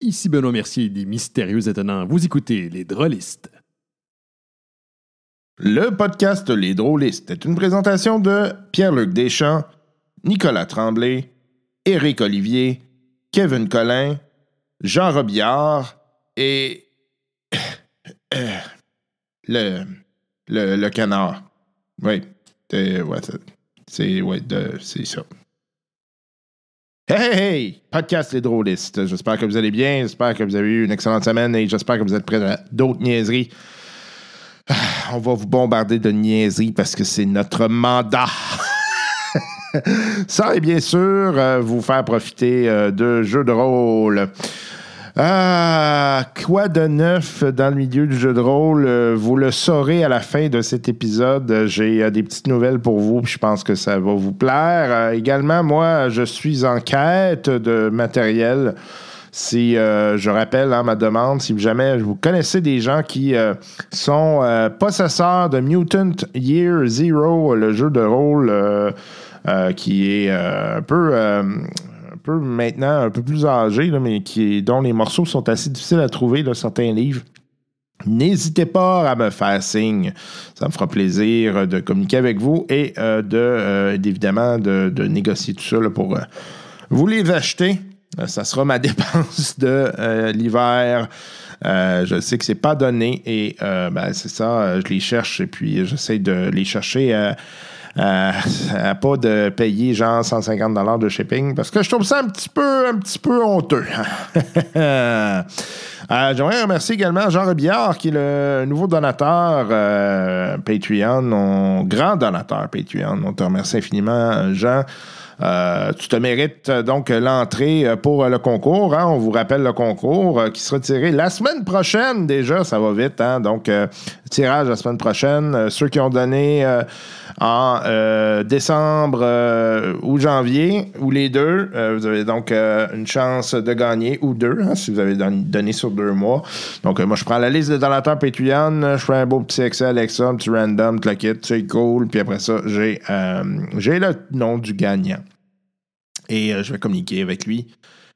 Ici Benoît Mercier des Mystérieux Étonnants. Vous écoutez Les Drôlistes. Le podcast Les Drôlistes est une présentation de Pierre-Luc Deschamps, Nicolas Tremblay, Éric Olivier, Kevin Collin, Jean Robillard et. euh, le, le. le canard. Oui. C'est. ouais, c'est- c'est. ouais, de- c'est ça. Hey, hey, hey! Podcast Les Drôlistes. J'espère que vous allez bien. J'espère que vous avez eu une excellente semaine et j'espère que vous êtes prêts à d'autres niaiseries. Ah, On va vous bombarder de niaiseries parce que c'est notre mandat. Ça et bien sûr, euh, vous faire profiter euh, de jeux de rôle. Ah, quoi de neuf dans le milieu du jeu de rôle? Euh, Vous le saurez à la fin de cet épisode. Euh, J'ai euh, des petites nouvelles pour vous, puis je pense que ça va vous plaire. Euh, également, moi, je suis en quête de matériel. Si euh, je rappelle hein, ma demande, si jamais vous connaissez des gens qui euh, sont euh, possesseurs de Mutant Year Zero, le jeu de rôle euh, euh, qui est euh, un peu euh, un peu maintenant un peu plus âgé, là, mais qui, dont les morceaux sont assez difficiles à trouver, là, certains livres. N'hésitez pas à me faire signe. Ça me fera plaisir de communiquer avec vous et euh, de, euh, d'évidemment de, de négocier tout ça là, pour euh, vous les acheter. Euh, ça sera ma dépense de euh, l'hiver. Euh, je sais que c'est pas donné et euh, ben, c'est ça, euh, je les cherche et puis j'essaie de les chercher euh, euh, à pas de payer genre 150 de shipping parce que je trouve ça un petit peu, un petit peu honteux. hein. Euh, J'aimerais remercier également Jean Robillard qui est le nouveau donateur euh, Patreon, mon grand donateur Patreon. On te remercie infiniment, Jean. Euh, tu te mérites euh, donc euh, l'entrée euh, pour euh, le concours. hein. On vous rappelle le concours euh, qui sera tiré la semaine prochaine déjà. Ça va vite. hein. Donc, euh, tirage la semaine prochaine. Euh, ceux qui ont donné euh, en euh, décembre euh, ou janvier, ou les deux, euh, vous avez donc euh, une chance de gagner, ou deux, hein, si vous avez don- donné sur deux mois. Donc, euh, moi, je prends la liste des donateurs Patreon. euh, Je fais un beau petit Excel avec ça, un petit random, tout le kit, c'est cool. Puis après ça, j'ai euh, j'ai le nom du gagnant et euh, je vais communiquer avec lui.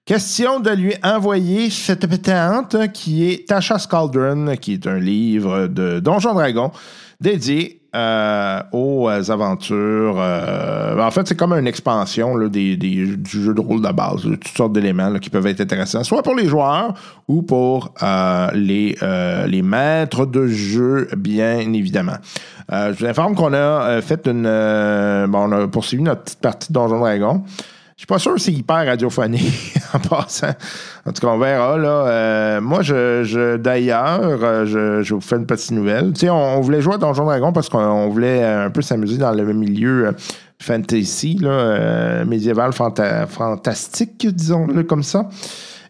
Question de lui envoyer cette pétante euh, qui est Tasha Cauldron, qui est un livre de Donjon Dragon dédié euh, aux aventures. euh, en fait, c'est comme une expansion là, des, des- du jeu de rôle de base, là, toutes sortes d'éléments là, qui peuvent être intéressants, soit pour les joueurs ou pour euh, les, euh, les maîtres de jeu, bien évidemment. Euh, je vous informe qu'on a euh, fait une. euh, bon, on a poursuivi notre petite partie de Donjon Dragon. Je suis pas sûr que c'est hyper radiophonique en passant. En tout cas, on verra. Là. Euh, moi, je, je- d'ailleurs, euh, je, je vous fais une petite nouvelle. Tu sais, on, on voulait jouer à Donjon Dragon parce qu'on on voulait euh, un peu s'amuser dans le milieu euh, fantasy, là, euh, médiéval, fanta- fantastique, disons-le comme ça.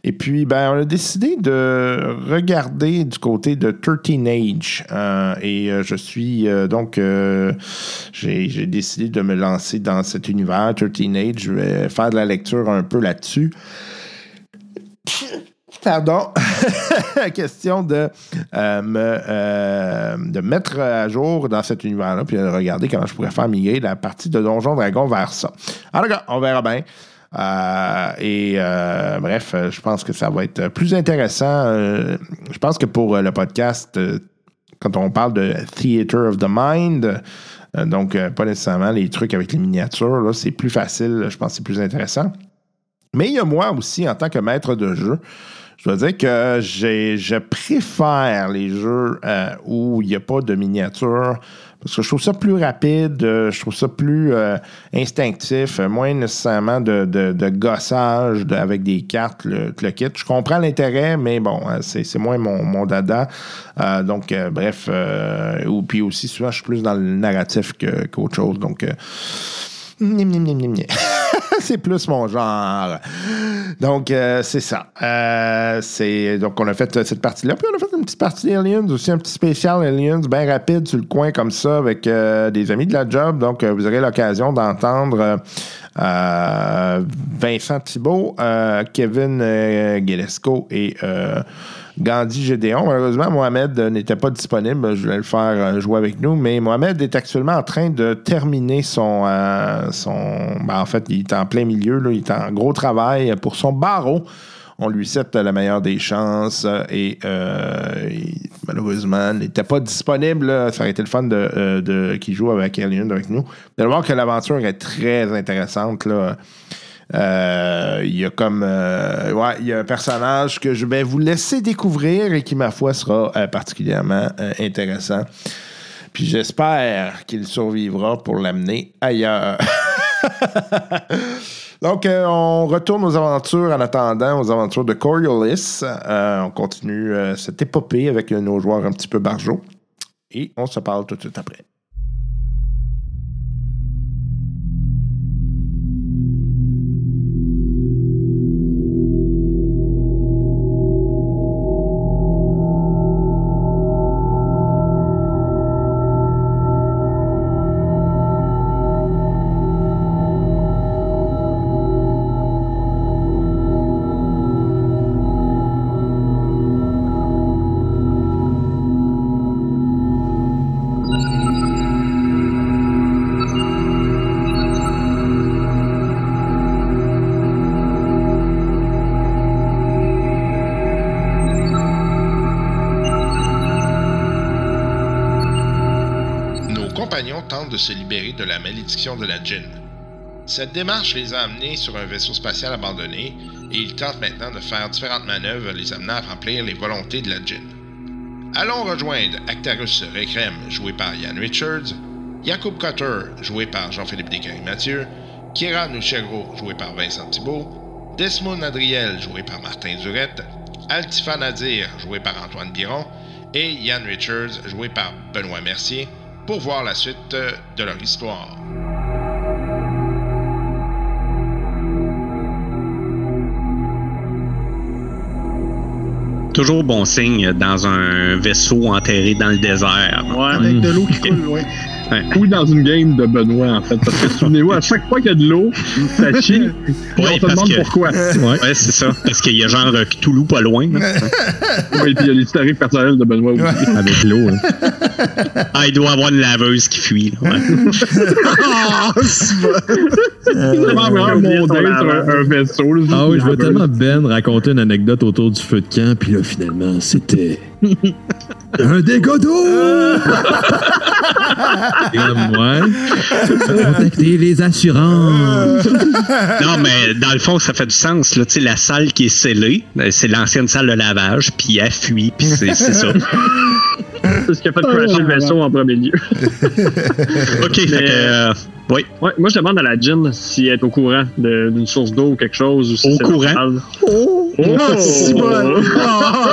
Et puis, ben, on a décidé de regarder du côté de 13 Age. Euh, et euh, je suis euh, donc, euh, j'ai j'ai décidé de me lancer dans cet univers 13 Age. Je vais faire de la lecture un peu là-dessus. Pardon. Question de, euh, me, euh, de mettre à jour dans cet univers-là, puis de regarder comment je pourrais faire migrer la partie de Donjon Dragon vers ça. Alors, regarde, on verra bien. Euh, et euh, bref, euh, je pense que ça va être plus intéressant. Euh, je pense que pour euh, le podcast, euh, quand on parle de Theater of the Mind, euh, donc euh, pas nécessairement les trucs avec les miniatures, là, c'est plus facile, je pense que c'est plus intéressant. Mais il y a moi aussi, en tant que maître de jeu, je dois dire que j'ai, je préfère les jeux euh, où il n'y a pas de miniature parce que je trouve ça plus rapide, euh, je trouve ça plus euh, instinctif, euh, moins nécessairement de, de- de gossage de- avec des cartes, le, le kit. Je comprends l'intérêt, mais bon, hein, c'est, c'est moins mon, mon dada. Euh, donc, euh, bref, euh, ou, puis aussi, souvent, je suis plus dans le narratif que, qu'autre chose. Donc, euh, Gnam, gnam, gnam, gnam, gnam. c'est plus mon genre. Donc, euh, c'est ça. Euh, c'est- donc, on a fait euh, cette partie-là. Puis, on a fait une petite partie Aliens, aussi un petit spécial Aliens, bien rapide sur le coin comme ça, avec euh, des amis de la job. Donc, euh, vous aurez l'occasion d'entendre euh, euh, Vincent Thibault, euh, Kevin euh, Guélesco et euh, Gandhi Gédéon. Malheureusement, Mohamed euh, n'était pas disponible. Je voulais le faire euh, jouer avec nous, mais Mohamed est actuellement en train de terminer son. euh, son ben, en fait, il est en plein milieu. là. Il est en gros travail pour son barreau. On lui souhaite la meilleure des chances euh, et euh, il- malheureusement, il n'était pas disponible. là. Ça aurait été le fun de, euh, de- qu'il joue avec Alien avec nous. De voir que l'aventure est très intéressante. Là. Euh, Il y a comme. euh, ouais, il y a un personnage que je vais vous laisser découvrir et qui, ma foi, sera euh, particulièrement euh, intéressant. Puis j'espère qu'il survivra pour l'amener ailleurs. Donc, euh, on retourne aux aventures en attendant, aux aventures de Coriolis. Euh, on continue euh, cette épopée avec euh, nos joueurs un petit peu barjots. Et on se parle tout de suite après. Nos compagnons tentent de se libérer de la malédiction de la djinn. Cette démarche les a amenés sur un vaisseau spatial abandonné et ils tentent maintenant de faire différentes manœuvres les amenant à remplir les volontés de la djinn. Allons rejoindre Actarus Recrem, joué par Ian Richards, Jacob Cotter, joué par Jean-Philippe Descaries-Mathieu, Kira Nuchegro, joué par Vincent Thibault, Desmond Adriel, joué par Martin Durette, Altifa Nadir, joué par Antoine Biron, et Ian Richards, joué par Benoît Mercier, pour voir la suite euh, de leur histoire. Toujours bon signe dans un vaisseau enterré dans le désert. Mm. Avec de l'eau qui coule, ouais. Ou dans une game de Benoît, en fait. Parce que souvenez-vous, à chaque fois qu'il y a de l'eau, ça chie. et Ouais, on se parce demande que- pourquoi. Ouais. Ouais, c'est ça. Parce qu'il y a genre euh, Cthulhu pas loin. là. Ouais, puis il y a l'historique personnel de Benoît aussi. Avec l'eau. hein. Ah, il doit avoir une laveuse qui fuit. là, ouais. C'est vraiment Euh, vraiment oublié son mondain sur un, lavage. un vaisseau. là, Ah oui, juste je vois une tellement Ben raconter une anecdote autour du feu de camp, puis là, finalement, c'était. Un dégât d'eau! Et comme, ouais. Contactez les assurances. Non, mais dans le fond, ça fait du sens. Là. Tu sais, La salle qui est scellée, euh, c'est l'ancienne salle de lavage, puis elle fuit, puis c'est c'est ça. C'est ce qui a fait crasher le vaisseau en premier lieu. OK, fait que, euh, oui. Ouais, moi, je demande à la djinn si elle est au courant de- d'une source d'eau ou quelque chose. Ou si Au c'est courant? normal. Oh! si bon. Oh!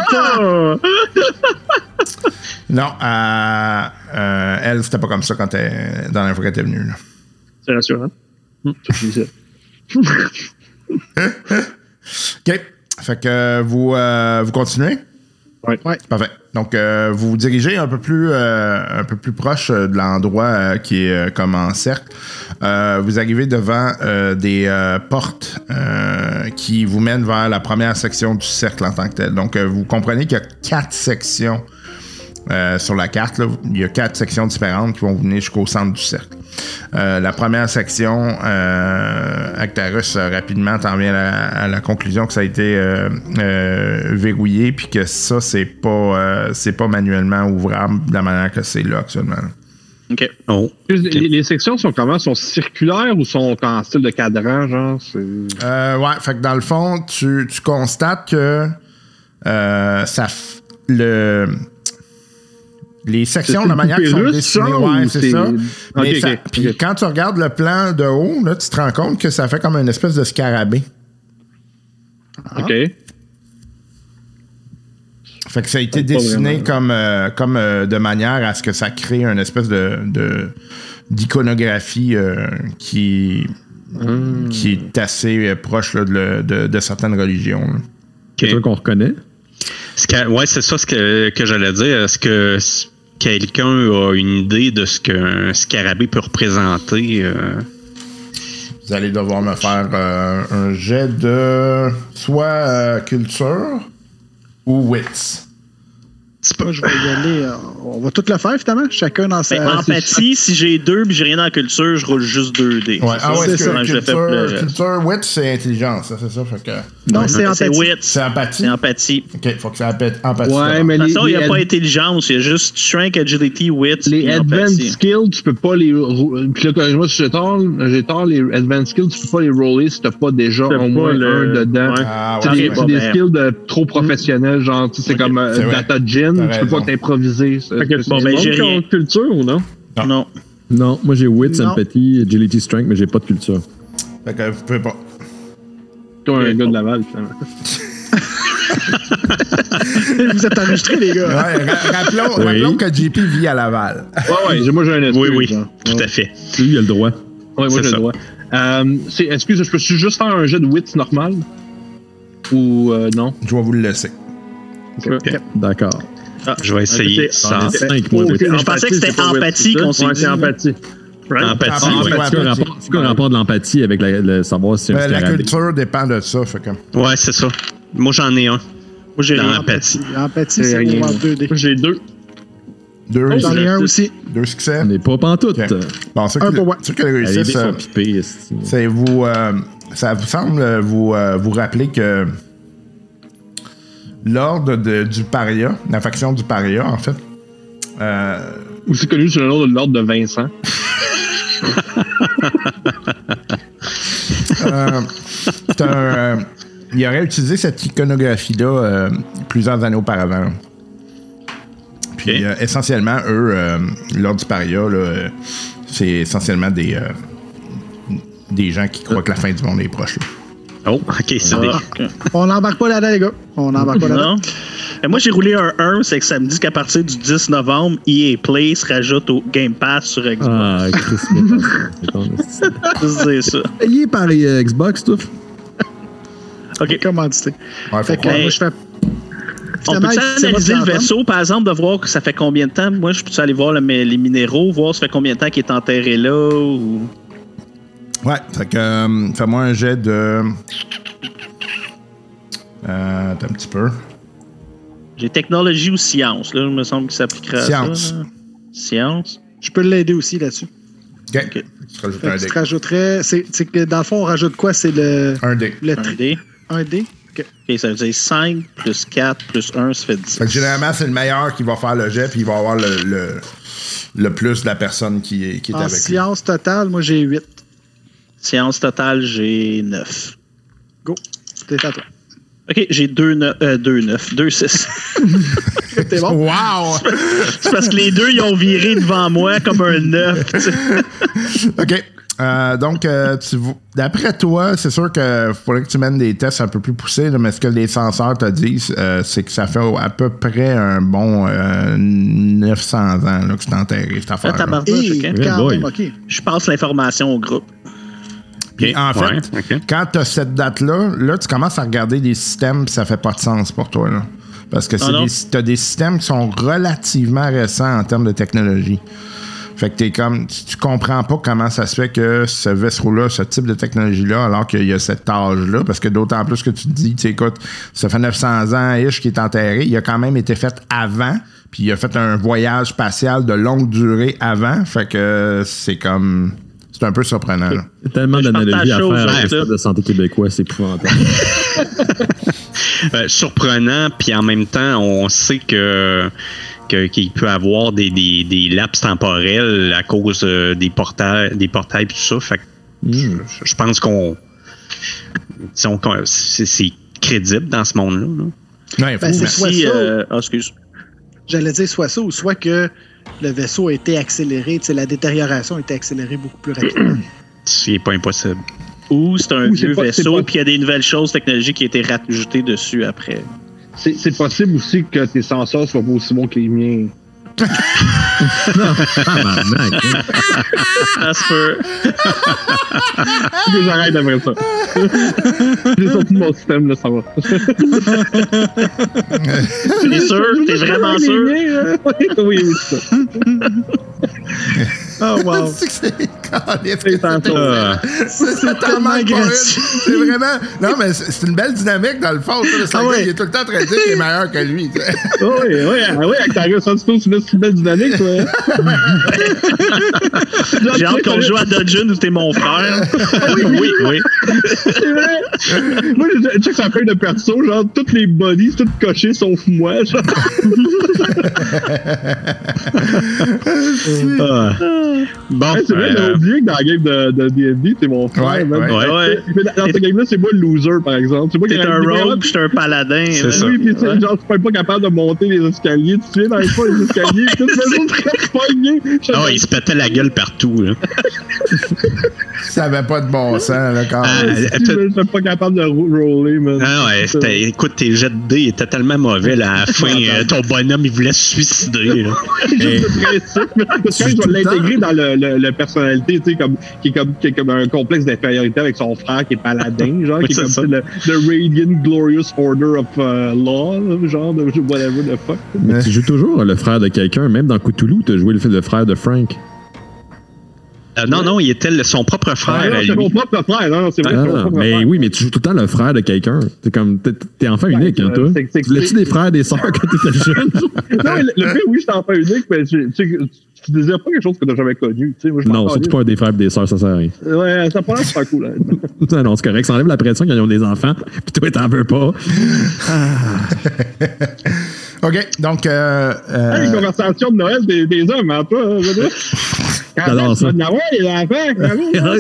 Non, euh, euh, elle, c'était pas comme ça quand elle, dans l'info qu'elle était venue. là. C'est rassurant. Hum, c'est difficile. OK. Fait que euh, vous, euh, vous continuez? Ouais. Parfait. Donc, euh, vous vous dirigez un peu plus, euh, un peu plus proche euh, de l'endroit euh, qui est euh, comme en cercle. Euh, vous arrivez devant euh, des euh, portes euh, qui vous mènent vers la première section du cercle en tant que tel. Donc, euh, vous comprenez qu'il y a quatre sections euh, sur la carte. là. Il y a quatre sections différentes qui vont venir jusqu'au centre du cercle. Euh, la première section, euh, Actarus, euh, rapidement, t'en viens à la, à la conclusion que ça a été euh, euh, verrouillé, puis que ça, c'est pas, euh, c'est pas manuellement ouvrable de la manière que c'est là actuellement. OK. Oh. Les, les sections sont comment? Sont circulaires ou sont en style de cadran, genre? C'est- Euh, ouais, fait que dans le fond, tu, tu constates que euh, ça. f- le, les sections, C'est la manière qu'ils sont russe, dessinées, genre, ouais, ou c'est c'est- ça. Ok, Mais ok, ça- ok. Puis quand tu regardes le plan de haut, là, tu te rends compte que ça fait comme une espèce de scarabée. OK. Fait que ça a été Pas hein. dessiné vraiment. comme, euh, comme euh, de manière à ce que ça crée une espèce de, de- d'iconographie euh, qui, Hmm. qui est assez euh, proche là, de, le- de- de certaines religions. là. C'est toi qu'on reconnaît. Ce que- ouais, c'est ça ce que, que j'allais dire. Est-ce que s- quelqu'un a une idée de ce qu'un scarabée peut représenter? euh? Vous allez devoir me faire euh, un jet de soit euh, culture ou wits. petit peu, je vais y aller. euh, On va tout le faire, finalement, chacun dans Ben, sa. empathie, si j'ai deux puis j'ai rien dans la culture, je roule juste Ouais, 2D. C'est ah ça? ouais, Comment c'est je le fais pour culture, le- culture, wit, c'est intelligence, ça, c'est ça. Fait que Non, c'est Ben, C'est empathie. wit, c'est empathie. c'est empathie. De Ok, faut que ça appelle empathie. Ah Ouais, mais toute les, façon, il n'y les a ad- pas intelligence, il y a juste strength, agility, wit, les puis advanced empathie. skills, tu peux pas les. rou- Puis là, t'as- moi, si j'ai tort, j'ai tort, les advanced skills, tu peux pas les roller si t'as pas déjà T'as au moins pas le- un dedans. Ouais. Ah, C'est ouais, des, ouais. c'est des skills de trop professionnels, genre, tu sais, c'est comme euh, c'est vrai. Data Gin, T'as tu peux raison. pas t'improviser. ça. Fait que C'est- bon, c'est ben, bon. j'ai- rien. Contre culture ou non? Non. Non, moi j'ai Wits, Non. Empathy, Agility, Strength, mais j'ai pas de culture. Fait que vous pouvez pas. Toi, un gars de Laval, finalement. Vous êtes enregistrés, les gars. Ouais, ra- rappelons, Oui. rappelons que JP vit à Laval. Ouais, ouais, j'ai- moi j'ai un Oui, excuse. oui, hein. tout à fait. Lui, il a le droit. Ouais, moi C'est j'ai le ça. droit. Euh, c'est- excuse, je peux juste faire un jeu de wits normal? Ou euh, non? Je vais vous le laisser. D'accord. Je vais essayer Ok. sans C'est 5 mois de Aucune Je pensais que c'était c'est pas wit, empathie c'est ça? qu'on s'est Ouais, dit. c'est empathie. empathie. Ah, ouais. ouais. C'est quoi le rapport- c'est quoi le rapport de l'empathie avec la, le savoir si c'est un Ben, la scarabée? culture dépend de ça. Fait que... Ouais, c'est ça. Moi, j'en ai un. Moi, j'ai Dans rien. empathie. Empathie, C'est c'est rien. en 2D. J'ai deux. Deux, J'en ai un aussi. deux succès. On n'est pas pantoute. Ok. Bon, ceux Un qui, pour moi. ceux qui Les dés réussissent, sont euh, pipés. esti. c'est vous. euh, ça vous semble euh, vous, euh, vous rappeler que l'ordre de- du paria, la faction du paria, en fait, euh, Aussi connu sous le nom de l'ordre de Vincent. Euh, c'est un, euh, il aurait utilisé cette iconographie-là euh, plusieurs années auparavant. Puis Ok. euh, essentiellement, eux, euh, lors du paria, là, euh, c'est essentiellement des, euh, des gens qui croient que la fin du monde est proche. là. Oh, ok, c'est des. Ah, ok. On n'embarque pas là-dedans, les gars. On n'embarque pas là-dedans. Non. Et moi, j'ai roulé un 1, c'est que ça me dit qu'à partir du 10 novembre, EA Play se rajoute au Game Pass sur Xbox. Ah, Chris, c'est bon, esti. Ah. Juste dire ça. Payé par les euh, Xbox, tout. OK. Commandité. Ouais, faut Fait que croire. là, moi, je fais. Ben, On Finalement, peut il sait pas analyser de le l'entendre. vaisseau, par exemple, de voir que ça fait combien de temps? Moi, je peux aller voir là, mes- les minéraux, voir ça fait combien de temps qu'il est enterré là? Ou... Ouais, fait que euh, fais-moi un jet de. Euh, attends un petit peu. J'ai technologie ou science, là, il me semble que ça appliquerait à Science. ça. là. Science. Je peux l'aider aussi là-dessus. Ok. Tu rajoutes Fait un que dé. tu te rajouterais. c'est- c'est que dans le fond, on rajoute quoi C'est le. Un dé. Le Un tri. dé. Un dé OK, ça veut dire 5 plus 4 plus 1, ça fait 10. Fait que généralement, c'est le meilleur qui va faire le jet, puis il va avoir le, le, le plus de la personne qui est, qui est En avec lui. science totale, moi, j'ai 8. Science totale, j'ai 9. T'es à toi. OK, j'ai euh, 2 9, 2 6. T'es bon Wow! C'est parce que les deux, ils ont viré devant moi comme un 9. OK. Euh, donc, euh, tu vou- d'après toi, c'est sûr que faudrait que tu mènes des tests un peu plus poussés, là, mais ce que les senseurs te disent, euh, c'est que ça fait au- à peu près un bon euh, 900 ans là, que c'est enterré, cette Ah, affaire tabarnouche, Et OK. quand boy. même, OK. Je passe l'information au groupe. Puis, en fait, Ouais, ok. quand tu as cette date-là, là, tu commences à regarder les systèmes, puis ça fait pas de sens pour toi. Là. Parce que Ah non? tu as des systèmes qui sont relativement récents en termes de technologie. Fait que t'es comme, tu, tu comprends pas comment ça se fait que ce vaisseau-là, ce type de technologie-là, alors qu'il y a cet âge-là, parce que d'autant plus que tu te dis, tu sais, écoute, ça fait 900 ans, ish, qui est enterré, il a quand même été fait avant, puis il a fait un voyage spatial de longue durée avant, fait que c'est comme, c'est un peu surprenant. là. Il y a Tellement Je d'analogies à partage ça aux faire gens, avec là. le de santé québécois, c'est épouvantable. Euh, surprenant, puis en même temps, on sait que que- qu'il peut avoir des, des, des laps temporels à cause euh, des portails des portails pis tout ça. Fait que je, Hmm. je pense qu'on si on- qu'on- c'est c'est crédible dans ce monde-là. là. Ouais, Ben, faut- c'est soit Si, ça, euh, ah, excuse. j'allais dire soit ça, ou soit que le vaisseau a été accéléré, tu sais, la détérioration a été accélérée beaucoup plus rapidement. C'est pas impossible. Ou c'est un Ou c'est vieux pas- c'est vaisseau, pas- puis il y a des nouvelles choses technologiques qui ont été rajoutées dessus après. C'est c'est possible aussi que tes sensors soient pas aussi bons que les miens. Tabarnak, hein. Ah, Ça se peut. Faut que j'arrête après ça. J'ai sorti de mon système, là, ça va. hein? T'es sûr? T'es vraiment sûr? Oui, oui, c'est ça. Oh, wow. C'est que c'est calif que C'est tantôt. c'est- C'est c'est tellement tellement pas une. gratuit. C'est vraiment. Non, mais c'est c'est une belle dynamique dans le fond. tu sais, parce que Ah le gars, ouais. Il est tout le temps en train de dire qu'il est meilleur que lui. tu sais. Oui, oui, ah oui, avec ta gueule, ça, tu peux, tu mets une belle dynamique, toi. hein? J'ai hâte qu'on joue à Dungeon où t'es mon frère. oui, oui. C'est vrai. Moi, je je check sa feuille de perso, genre, toutes les bodies, c'est tout coché sauf moi. Genre. Ah. Bon, Hey, c'est vrai, j'avais euh, oublié que dans la game de de D&D, t'es mon frère. Ouais, man. ouais. Parce Ouais. que- mais dans- Dans cette game-là, c'est moi le loser, par exemple. C'est moi qui T'es ai un dit, ouais, rogue, pis j'étais un paladin. C'est là. ça. Ben Oui, puis c'est genre, tu peux pas capable de monter les escaliers. Tu viens dans les fois les escaliers, tout le monde très pogné. Ah, il se pétait la gueule partout. Là. Ça avait pas de bon sens, là, quand Ah, Euh. même. elle- elle- Je suis pas capable de rou- roller, man. Ah ouais, c'était- écoute, tes jets de dés étaient tellement mauvais là, à la fin. euh, ton bonhomme, il voulait se suicider. Là. Et- principe. Parce que quand je vais l'intégrer dans le, le, le personnalité, tu sais, comme, qui, est comme, qui est comme un complexe d'infériorité avec son frère qui est paladin, genre, Oui, qui est c'est comme ça. tu sais, le, the Radiant Glorious Order of euh, Law, là, genre, de, whatever the fuck. Mais tu joues toujours le frère de quelqu'un, même dans Cthulhu, tu as joué le, le frère de Frank. Euh, non, non, il était le- son propre frère. Ah, non, à c'est mon lui. propre frère, non, non, c'est vrai. Ah, c'est mon propre mais frère. oui, mais tu joues tout le temps le frère de quelqu'un. T'es comme, t'es- t'es enfant unique, hein, euh, toi. c'est- c'est- Tu Voulais-tu des frères, des sœurs quand t'étais jeune? Non, mais le, le fait, oui, je t'en fais unique, mais tu, tu, tu désires pas quelque chose que t'as jamais connu, tu sais. Moi, je m'en non, surtout calisse. pas des frères et des sœurs, ça sert à rien. Ouais, ça prend super cool, hein. Non, non, c'est correct. Ça enlève la pression quand ils ont des enfants, puis toi, t'en veux pas. OK, donc. euh, euh, Hey, les conversations de Noël des, des hommes, hein, toi, hein, je veux dire. Quand J'adore est-ce ça. que tu vas de Noël, les enfants, bravo, hein.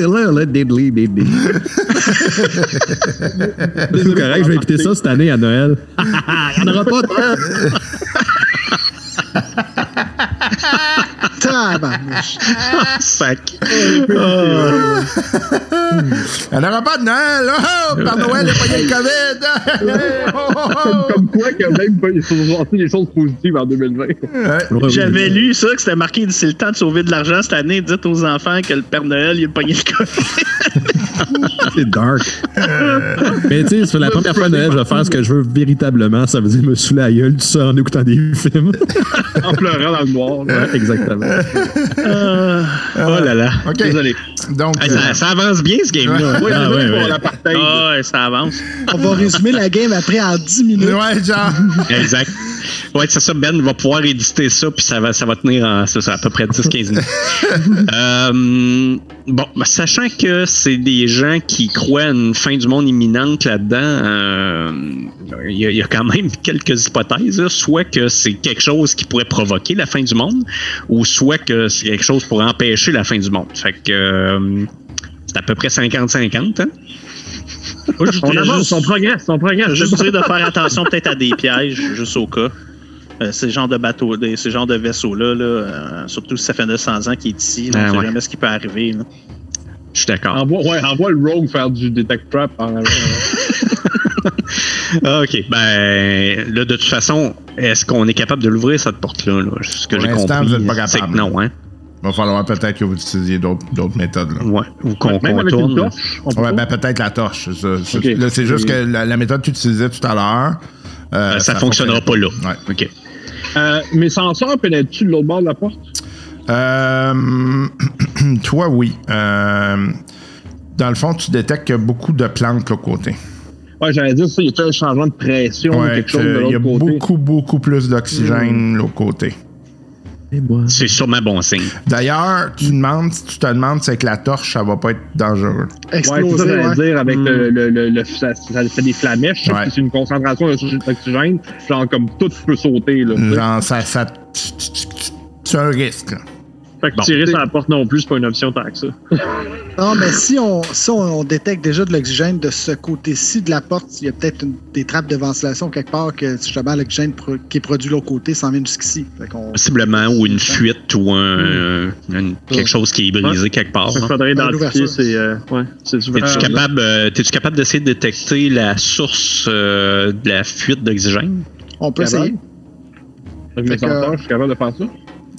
C'est correct, je vais écouter ça cette année à Noël. Il n'y en aura pas, toi! Ah, Tabarnouche. Sac. Ah, Elle n'aura pas de Noël, là. Oh, par Noël, il n'y a pas eu le COVID. Oh, oh, oh. Comme quoi que même ben, ils se sont sortis des choses positives en 2020. J'avais lu ça, que c'était marqué d'ici le temps de sauver de l'argent cette année. Dites aux enfants que le Père Noël, il a pogné le COVID. C'est dark. Mais tu sais, c'est la première fois à Noël, je vais faire ce que je veux véritablement. Ça veut dire me saouler la gueule, tout ça, en écoutant des films. En pleurant dans le noir. là. Ouais, Exactement. Ah. Oh là là. OK. Désolé. Donc, Hey, euh, ça, ça avance bien, ce game-là. Oui, Ah, c'est vrai ouais, qu'on ouais. la partage. Ah ouais, ça avance. On va résumer la game après en 10 minutes. euh, ouais, genre. Exact. Ouais, c'est ça. Ben va pouvoir éditer ça, puis ça va, ça va tenir en- c'est ça, à peu près 10-15 minutes. Euh, bon, ben, sachant que c'est des gens qui croient à une fin du monde imminente là-dedans, euh, il y, a- il y a quand même quelques hypothèses. là. Soit que c'est quelque chose qui pourrait provoquer la fin du monde, ou soit que c'est quelque chose pour empêcher la fin du monde. Fait que euh, c'est à peu près 50-50. hein. Moi, je On voudrais avance, juste- on progresse, on progresse. juste dire de faire attention peut-être à des pièges, juste au cas. Euh, ces genres de bateaux, des- ces genres de vaisseaux-là, là, euh, surtout si ça fait 900 ans qu'il est ici, là, Ah on sait ouais. jamais ce qui peut arriver. là. Je suis d'accord. Envoie, ouais, envoie le rogue faire du detect trap. En, avant, là. Ah, OK. Ben, là, de toute façon, est-ce qu'on est capable de l'ouvrir, cette porte-là? là? Ce que Pour j'ai compris, l'instant, vous êtes pas capable. c'est que non, hein? va falloir peut-être que vous utilisiez d'autres d'autres méthodes, là. Ouais. Ou qu'on Même avec une contourne. là. torche, on peut Ouais, pas. ben peut-être la torche. ça, ça, Ok. Euh, Là, c'est juste que la, la méthode que tu utilisais tout à l'heure. euh, Euh, ça fonctionnera pas là. Ouais. OK. Euh, mais sans ça, pénètre-tu de l'autre bord de la porte? Euh, toi, oui. Euh, dans le fond, tu détectes qu'il y a beaucoup de plantes de l'autre côté. Ouais, j'allais dire ça, il y a un changement de pression ou Ouais, quelque chose de que il y a l'autre côté. Mm. beaucoup, beaucoup plus d'oxygène de l'autre côté. C'est sûrement bon signe. D'ailleurs, tu demandes, si tu te demandes, c'est que la torche, ça va pas être dangereux. Ouais, c'est ça, Explosé, j'allais ouais. dire, avec le, le, le, le- ça, ça fait des flamèches, je sais Ouais. que c'est une concentration d'oxy- d'oxygène, genre comme tout peut sauter, là. tu sais. Genre, ça, ça, tu- tu- tu- tu- c'est un risque. là. Fait que Bon. tirer sur la porte non plus, c'est pas une option tant que ça. Non, mais si on, si on, on détecte déjà de l'oxygène de ce côté-ci de la porte, il y a peut-être une- des trappes de ventilation quelque part que justement l'oxygène pro- qui est produit de l'autre côté s'en vient jusqu'ici. Fait qu'on- Possiblement, ou une fuite, ou un, Hmm. euh, une- quelque chose qui est brisé quelque Ah, part. Il hein. faudrait Dans identifier, l'ouverture. c'est. euh, ouais, c'est du Es-tu capable, euh, t'es-tu capable d'essayer de détecter la source euh, de la fuite d'oxygène? On peut Capable. essayer. Avec le Fait que- sensor, je suis capable de faire ça.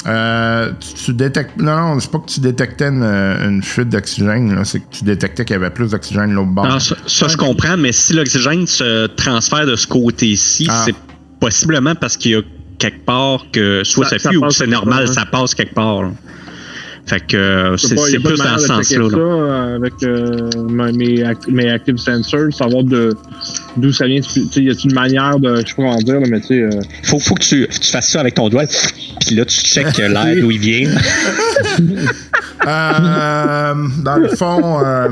Euh, tu, tu détectes. Non, non, c'est pas que tu détectais une, euh, une fuite d'oxygène, là, c'est que tu détectais qu'il y avait plus d'oxygène de l'autre Ah. bord. Non, ça, ça, je comprends, mais si l'oxygène se transfère de ce côté-ci, Ah. c'est possiblement parce qu'il y a quelque part que soit ça, Ça- ça fuit ou passe c'est quelque normal, part, hein. ça passe quelque part. là. Fait que euh, Je sais c'est pas, y c'est a pas de plus dans manière ce de checker sens-là. ça, là. euh, Avec euh, ma- mes, act- mes Active Sensors, savoir de- d'où ça vient. Tu sais, y a-t-il une manière de. Je sais pas comment dire, là, mais tu sais. euh, Faut, faut que tu, tu fasses ça avec ton doigt. Puis là, tu checkes l'air d'où il vient. Euh, dans le fond, euh,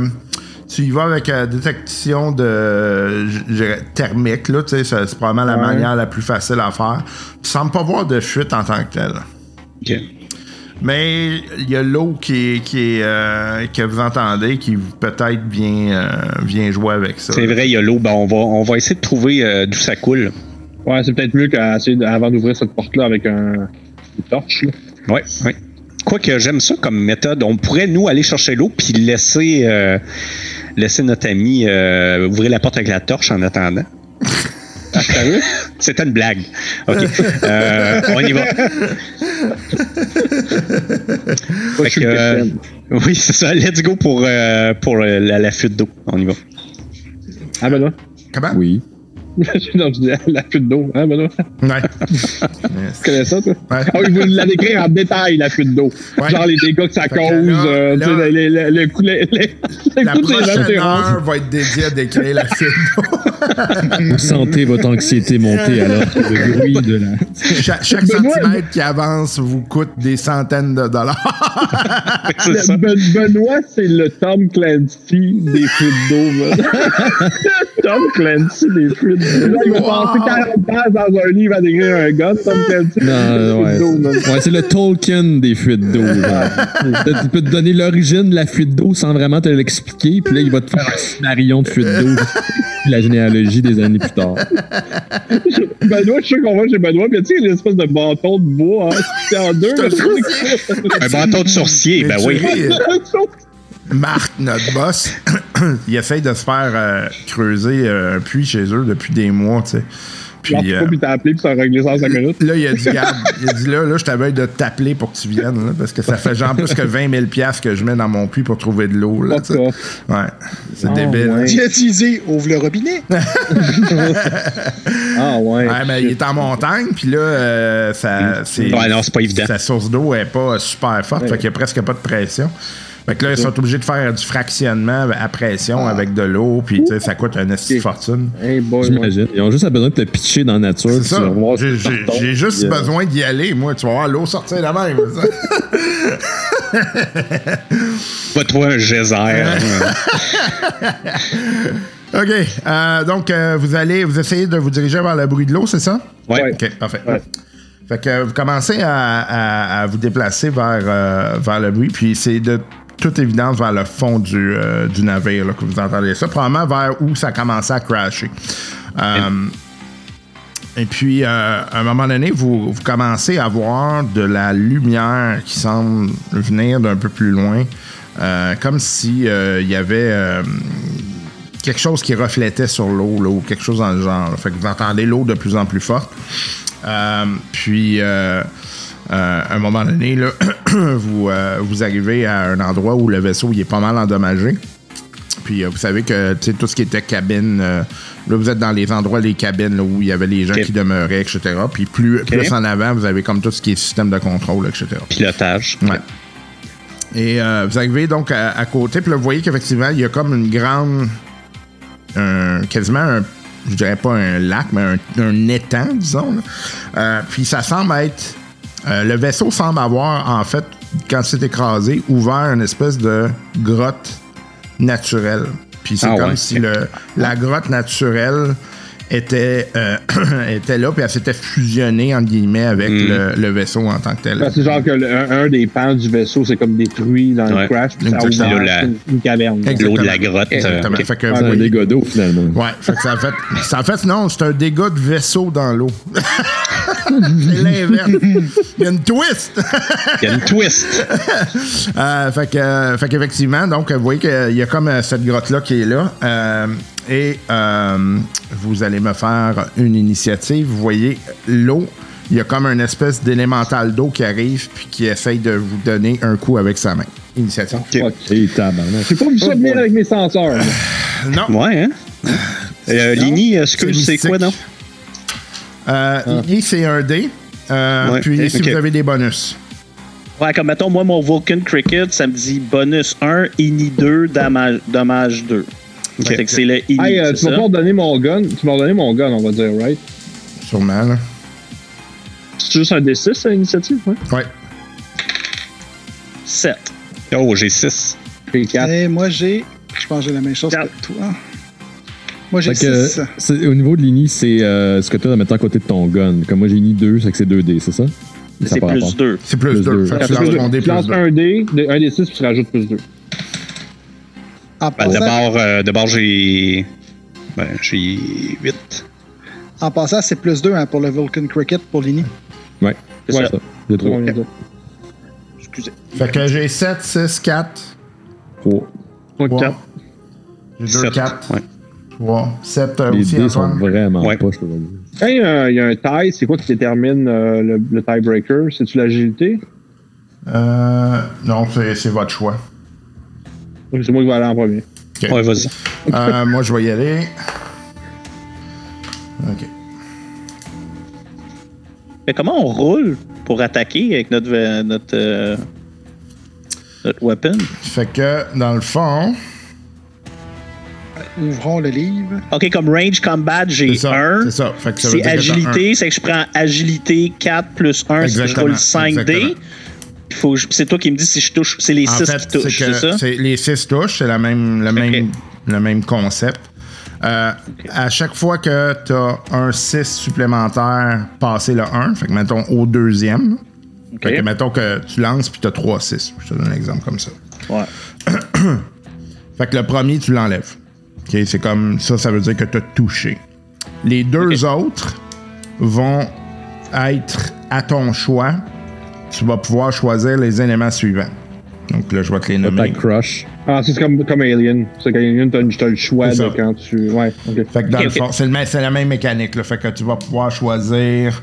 tu y vas avec la détection de je dirais, thermique, là, tu sais, c'est c'est probablement la manière la plus facile à faire. Tu sembles pas voir de fuite en tant que telle. OK. Mais il y a l'eau qui, est- qui est, euh, que vous entendez qui peut-être vient, euh, vient jouer avec ça. C'est vrai, il y a l'eau. Ben, on, va, on va essayer de trouver euh, d'où ça coule. Ouais, c'est peut-être mieux qu'à essayer de- avant d'ouvrir cette porte-là avec un, une torche. Là. Oui, oui. Quoique j'aime ça comme méthode, on pourrait nous aller chercher l'eau puis laisser, euh, laisser notre ami euh, ouvrir la porte avec la torche en attendant. C'était une blague. OK. Euh, on y va. Moi, je suis que, le euh, capitaine. Oui, c'est ça. Let's go pour, euh, pour euh, la, la fuite d'eau. On y va. Ah ben là. Comment? Oui. non, je dis la fuite d'eau. Hein, ben là. Ouais. Tu connais ça, toi? Ouais. Ah oui, vous la décrire en détail, la fuite d'eau. Ouais. Genre les dégâts que ça que cause, là, euh, tu sais, là- les- les- le coup les- les- le La coup des prochaine assurances. heure va être dédiée à décrire la fuite d'eau. Vous sentez votre anxiété monter alors que le bruit de la. Cha- chaque centimètre qui avance vous coûte des centaines de dollars. C'est ça. Ben- Benoît, c'est le Tom Clancy des fuites d'eau. là. Tom Clancy des fuites d'eau. Là, Il va passer 40 pages dans un livre à décrire un gars, Tom Clancy. Non, ouais. Ouais, c'est le Tolkien des fuites d'eau. genre. Tu peux te donner l'origine de la fuite d'eau sans vraiment te l'expliquer, puis là, il va te faire un scénario de fuite d'eau. La généalogie des années plus tard. Benoît, je suis sûr qu'on va chez Benoît, puis tu sais, l'espèce de bâton de bois, hein, c'est en deux. là, c'est- Un bâton de sorcier, ben oui. Thierry, Marc, notre boss, il essaye de se faire euh, creuser euh, un puits chez eux depuis des mois, tu sais. Genre, Puis, euh, puis t'as appelé, puis ça a réglé ça en 5 minutes. là, il a dit, Garde, il a dit là, là, je t'avais de t'appeler pour que tu viennes, là, parce que ça fait genre plus que 20 000 piastres que je mets dans mon puits pour trouver de l'eau, là, tu sais. Fuck Ouais, c'est débile. hein. J'ai utilisé, ouvre le robinet. Ah ouais. Ouais, mais il est en montagne, puis là, euh, ça, c'est, Ouais, non, c'est pas évident. Sa source d'eau est pas euh, super forte, fait qu'il y a presque pas de pression. Fait que là, ils sont obligés de faire du fractionnement à pression avec de l'eau, puis tu sais, ça coûte une petite fortune. Hey boy, ouais. J'imagine. Ils ont juste besoin de te pitcher dans la nature. C'est puis ça. tu vas voir J'ai, si ça j'ai- retombe, j'ai juste puis, euh, besoin d'y aller, moi. Tu vas voir l'eau sortir la même. ça. On va trouver un geyser. OK. euh, donc, euh, vous allez, vous essayez de vous diriger vers le bruit de l'eau, c'est ça? Ouais. OK, parfait. Fait que vous commencez à, à- à vous déplacer vers, euh, vers le bruit, puis c'est de toute évidence vers le fond du, euh, du navire là, que vous entendez ça, probablement vers où ça commençait à crasher. Euh, et puis, euh, à un moment donné, vous, vous commencez à voir de la lumière qui semble venir d'un peu plus loin, euh, comme si euh, il y avait euh, quelque chose qui reflétait sur l'eau, là, ou quelque chose dans le genre. là. Fait que vous entendez l'eau de plus en plus forte. Euh, puis, euh, euh, à un moment donné, là, vous, euh, vous arrivez à un endroit où le vaisseau il est pas mal endommagé. Puis euh, vous savez que tu sais, tout ce qui était cabine, euh, là vous êtes dans les endroits, les cabines là, où il y avait les gens Ok. qui demeuraient, etc. Puis plus, plus en avant, vous avez comme tout ce qui est système de contrôle, etc. Pilotage. Ouais. Et euh, vous arrivez donc à, à côté, puis là, vous voyez qu'effectivement, il y a comme une grande. un- quasiment un. Je dirais pas un lac, mais un, un étang, disons. là. Euh, puis ça semble être. euh, le vaisseau semble avoir, en fait, quand c'est écrasé, ouvert une espèce de grotte naturelle. Puis c'est Ah comme ouais. si le, la grotte naturelle était, euh, était là, puis elle s'était fusionnée, entre guillemets, avec Mm. le, le vaisseau en tant que tel. Parce que Ben, genre que le- un, un des pans du vaisseau, c'est comme détruit dans Ouais. le crash, puis ça Exactement. ouvre Là, la- une, une caverne. L'eau de la Exactement. grotte. euh, Exactement. ok. Fait que, C'est Ah, un oui. dégât d'eau, finalement. Ouais, fait que ça a fait. Ça a fait, non, c'est un dégât de vaisseau dans l'eau. c'est l'inverse. Il y a une twist. Il y a une twist. Euh, fait que, euh, fait qu'effectivement, donc, vous voyez qu'il y a comme euh, cette grotte-là qui est là. Euh, et euh, vous allez me faire une initiative. Vous voyez l'eau. Il y a comme une espèce d'élémental d'eau qui arrive puis qui essaye de vous donner un coup avec sa main. Initiative. Et tabarnak. J'ai pas vu ça venir avec mes senseurs. là. Ouais, hein? Euh, Lini, est-ce que c'est c'est quoi, non? mystique. Euh, Iggy, c'est un dé. Euh, Ouais, Puis ok. si vous avez des bonus. Ouais, comme mettons, moi, mon Vulcan Cricket, ça me dit bonus 1, INI 2, dommage, dommage 2. Fait que c'est le INI. Hey, euh, c'est tu m'as ça? pas redonné mon gun. Tu m'as redonné mon gun, on va dire, right? Sûrement, là. C'est juste un D6 à l'initiative, ouais? Ouais. 7. Oh, j'ai 6. Puis 4. Et moi, j'ai. Je pense que j'ai la même chose Quatre. que toi. Moi, j'ai Fait que, 6. c'est- au niveau de l'INI, c'est euh, ce que tu as à mettre à côté de ton gun. Comme moi, j'ai INI 2, c'est que c'est 2D, c'est ça? Ça C'est par plus rapport. 2. C'est plus Plus 2. deux. Fait que Parce tu que lances ton dé Tu plus lances 2. un D, de- un D6, puis tu rajoutes plus 2. En, Ben, passant- D'abord, euh, d'abord, j'ai. Ben, j'ai 8. en passant, c'est plus 2 pour le Vulcan Cricket pour l'INI. Ouais, C'est ouais, ça. ça. J'ai trois. Excusez. Fait que j'ai 7, 6, 4. Trois. trois. quatre. J'ai 2, 4, 3, 7 Les euh, aussi, dés sont Antoine. vraiment Ouais. poches aujourd'hui. Quand il y, a un- il euh, y a un tie, c'est quoi qui détermine euh, le, le tiebreaker? C'est-tu l'agilité? Euh, non, c'est c'est votre choix. Ou C'est moi qui vais aller en premier. Ouais, vas-y. Euh, moi, je vais y aller. OK. Mais comment on roule pour attaquer avec notre, ve- notre, euh, notre weapon? Fait que, dans le fond, Ouvrons le livre. Ok, comme range combat, c'est j'ai ça. 1. C'est ça. Fait que ça veut dire C'est que t'as un. agilité, c'est que je prends agilité 4 plus 1, c'est que je Exactement, roule 5D. exactement. Il faut que je- C'est toi qui me dis si je touche. C'est les En 6 fait, qui touchent, que c'est ça? c'est- les six touches, c'est la même, le, même, le même concept. Euh, À chaque fois que tu as un 6 supplémentaire passé le 1, fait que mettons au deuxième, Ok. fait que mettons que tu lances puis tu as 3 6. Je te donne un exemple comme ça. Ouais. Fait que le premier, tu l'enlèves. OK, c'est comme ça, ça veut dire que tu as touché. Les deux autres vont être à ton choix. Tu vas pouvoir choisir les éléments suivants. Donc là, je vais te les nommer. Attack Crush. Ah, c'est comme, comme Alien. C'est qu'Alien, t'as t'as le choix C'est ça. de quand tu. Ouais, ok. Fait que dans Ok, le ok. fond, c'est, le même- c'est la même mécanique. Là. Fait que tu vas pouvoir choisir.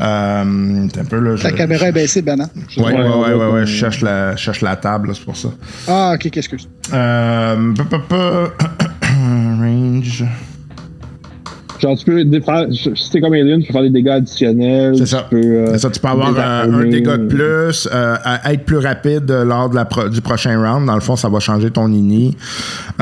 Euh, t'as un peu, là, je- Ta caméra est je- baissée, ben non. Ouais, ouais, Ouais, ouais, ouais, ouais, ouais, ouais. je cherche la, je cherche la table, là, c'est pour ça. Ah, ok, qu'est-ce que c'est? Euh, pa, pa, pa, range. Genre, tu peux. dé- faire- Si t'es comme Alien, tu peux faire des dégâts additionnels. C'est ça. Tu peux, euh, C'est ça, tu peux avoir euh, un désarmer. dégât de plus, euh, à être plus rapide euh, lors de la pro- du prochain round. Dans le fond, ça va changer ton ini.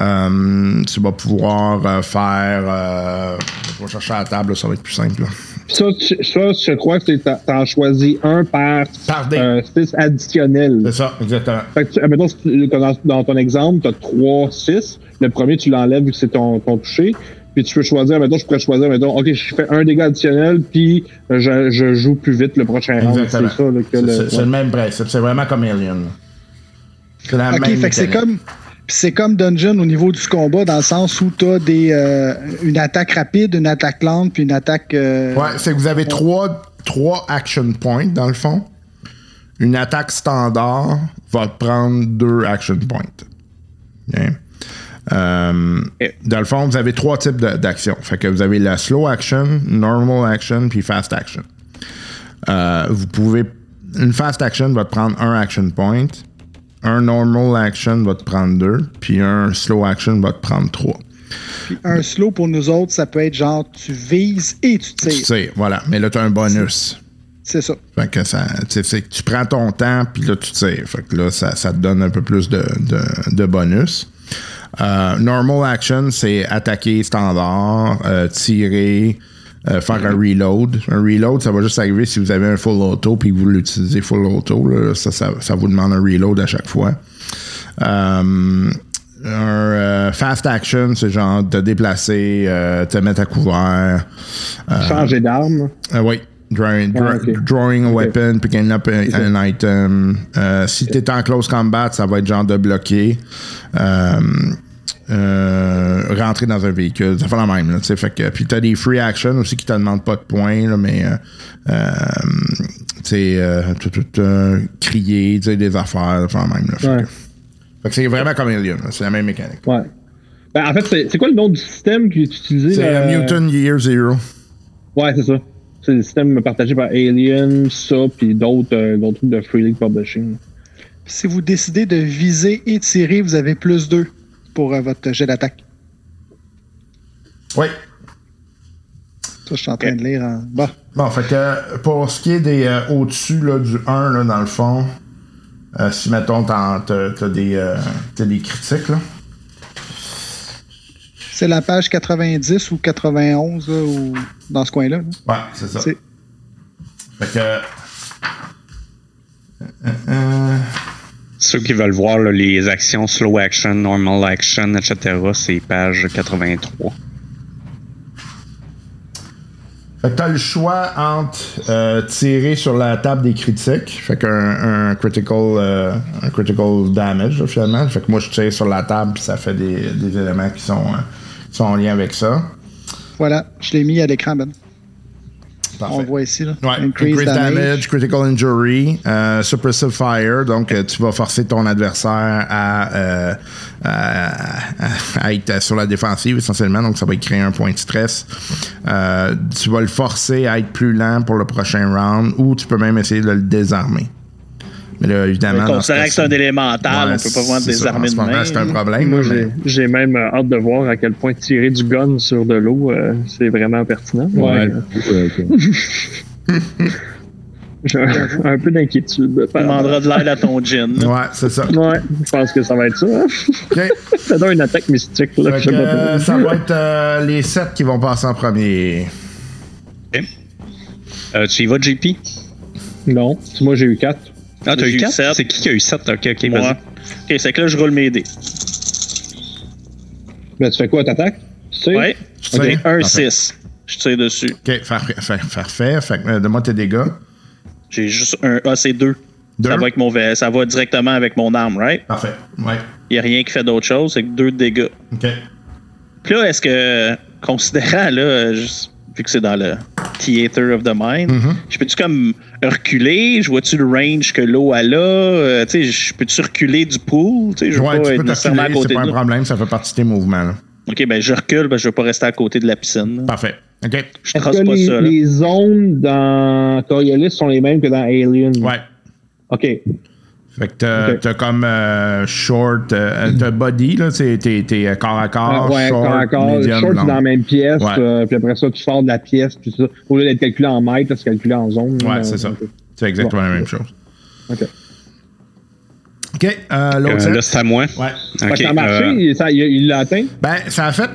Euh, tu vas pouvoir euh, faire. euh, je vais chercher la table, ça va être plus simple. là. Ça, tu- ça, je crois que c'est- t'en- t'en choisis un par, euh, Par dé. 6 additionnel. C'est ça, exactement. Fait que, tu- admettons, si tu- comme dans, dans ton exemple, tu as 3, 6. Le premier, tu l'enlèves vu que c'est ton, ton touché. Puis tu peux choisir, mettons, je pourrais choisir, mettons, OK, je fais un dégât additionnel, puis euh, je, je joue plus vite le prochain round. C'est ça, Exactement. là, que C'est le- c'est- c'est ouais. le même principe. C'est vraiment comme Alien. là. C'est la Ok, Ah, même fait que c'est mécanique. comme. puis C'est comme Dungeon au niveau du combat, dans le sens où t'as des, euh, une attaque rapide, une attaque lente, puis une attaque. euh, Ouais, c'est que vous avez trois, trois action points, dans le fond. Une attaque standard va te prendre deux action points. Bien. Euh, dans le fond, vous avez trois types de- d'actions. Fait que vous avez la slow action, normal action, puis fast action. Euh, vous pouvez. Une fast action va te prendre un action point. Un normal action va te prendre deux. Puis un slow action va te prendre trois. Puis un slow pour nous autres, ça peut être genre tu vises et tu Tu tires. sais, voilà. Mais là, tu as un bonus. C'est ça. Fait que ça, tu sais, c'est que tu prends ton temps, puis là, tu tires. Fait que là, ça, ça te donne un peu plus de, de- de bonus. Euh, normal action, c'est attaquer standard, euh, tirer, euh, faire un reload. Un reload, ça va juste arriver si vous avez un full auto, puis que vous l'utilisez full auto. là. ça, ça, ça vous demande un reload à chaque fois. Euh, un euh, fast action, c'est genre te déplacer, euh, te mettre à couvert. Changer d'arme. Ah oui. Drawing, dra- Ah, ok. drawing a weapon, picking up a- an item. Euh, si t'es en close combat, ça va être genre de bloquer. Euh, euh, rentrer dans un véhicule. Ça fait la même. Là, tu sais, fait que, puis t'as des free action aussi qui te demandent pas de points, là, mais euh, euh, tu sais, euh, tout, tout, euh, crier, tu sais, des affaires, ça fait la même. Là, fait, Ouais. que, fait que c'est vraiment comme Alien. là, C'est la même mécanique. Ouais. Ben, en fait, c'est c'est quoi le nom du système qui est utilisé? C'est euh, euh, Mutant Year Zero. Ouais, c'est ça. C'est le système partagé par Alien, ça, puis d'autres euh, d'autres trucs de Free League Publishing. Si vous décidez de viser et tirer, vous avez plus 2 pour euh, votre jet d'attaque. Oui. Ça, je suis en train de lire en bas. Bon, fait que pour ce qui est des euh, au-dessus là, du 1, là, dans le fond, Euh, si, mettons, t'en- t'as t'as des, euh, t'as des critiques, là. C'est la page 90 ou 91 là, ou dans ce coin-là. là. Ouais, c'est ça. C'est- Fait que. euh, euh, euh, Ceux qui veulent voir là, les actions slow action, normal action, etc., c'est page 83. Fait que t'as le choix entre euh, tirer sur la table des critiques, fait qu'un un critical, euh, un critical damage là, finalement. Fait que moi je tire sur la table puis ça fait des, des éléments qui sont, euh, qui sont en lien avec ça. Voilà, je l'ai mis à l'écran, Ben. Parfait. On voit ici. Là. Ouais, increase, damage. critical injury, euh, suppressive fire. Donc, euh, tu vas forcer ton adversaire à, euh, à- à- à être sur la défensive essentiellement. Donc, ça va lui créer un point de stress. Euh, tu vas le forcer à être plus lent pour le prochain round ou tu peux même essayer de le désarmer. Mais là, évidemment. dans ce Considérant que c'est un cas-ci- élémental, Ouais, on peut pas vraiment c'est ça. En désarmer ce de moment, main. C'est un problème. Moi, mais- j'ai- j'ai même euh, hâte de voir à quel point tirer du gun sur de l'eau, euh, c'est vraiment pertinent. Ouais. J'ai un, un peu d'inquiétude. Tu par rapport- demanderas de l'aide à ton gin. Ouais, c'est ça. Ouais, je pense que ça va être ça. hein. OK. Ça donne une attaque mystique. Là, Fait je sais que, pas. euh, ça va être euh, les 7 qui vont passer en premier. Euh, tu y vas, JP? euh, Non. Moi, j'ai eu 4. Ah, t'as J'ai eu eu 4? sept. C'est qui qui a eu 7? Ok, ok, Moi. vas-y. Ok, c'est que là, je roule mes dés. Ben, tu fais quoi, t'attaques? Tu sais? Ouais, Tu j'ai tires? un Parfait. 6. Je tire dessus. OK, parfait. Fait- Parfait. Fait que, euh, Donne-moi tes dégâts. J'ai juste un. Ah, c'est 2. Deux. Ça va, avec mon, V- ça va directement avec mon arme, right? Parfait. Ouais. Il n'y a rien qui fait d'autre chose, c'est que 2 dégâts. OK. Puis là, est-ce que, considérant, là, euh, juste- vu que c'est dans le Theater of the Mind, Mm-hmm. je peux-tu comme reculer? Je vois-tu le range que l'eau a là? Euh, tu sais, je peux-tu reculer du pool? Tu sais, je veux Ouais, pas tu être peux nécessairement à t'acculer, c'est côté pas de un l'eau. problème, ça fait partie de tes mouvements. là. Ok, ben je recule, parce que je veux pas rester à côté de la piscine. là. Parfait. OK. Je Ben, Est-ce trace que pas les, ça, là. les zones dans Coriolis sont les mêmes que dans Alien? Ouais. OK. Fait que t'as Mm. Ok. t'as comme euh, short, euh, t'as body, là, c'est- t'es t'es euh, corps à corps, Ah, ouais, short, corps à corps. medium, Short, long. c'est dans la même pièce. Ouais. euh, puis après ça, tu sors de la pièce. Puis ça. Au lieu d'être calculé en mètres, là, c'est calculé en zone. Ouais, Euh, c'est ça. ok. C'est exactement Bon. la même chose. OK. OK, euh, l'autre Euh, set. là, c'est à moi. Ouais. Fait que Ok, ça a marché, euh, il- ça- il il l'a atteint. Ben, ça a fait...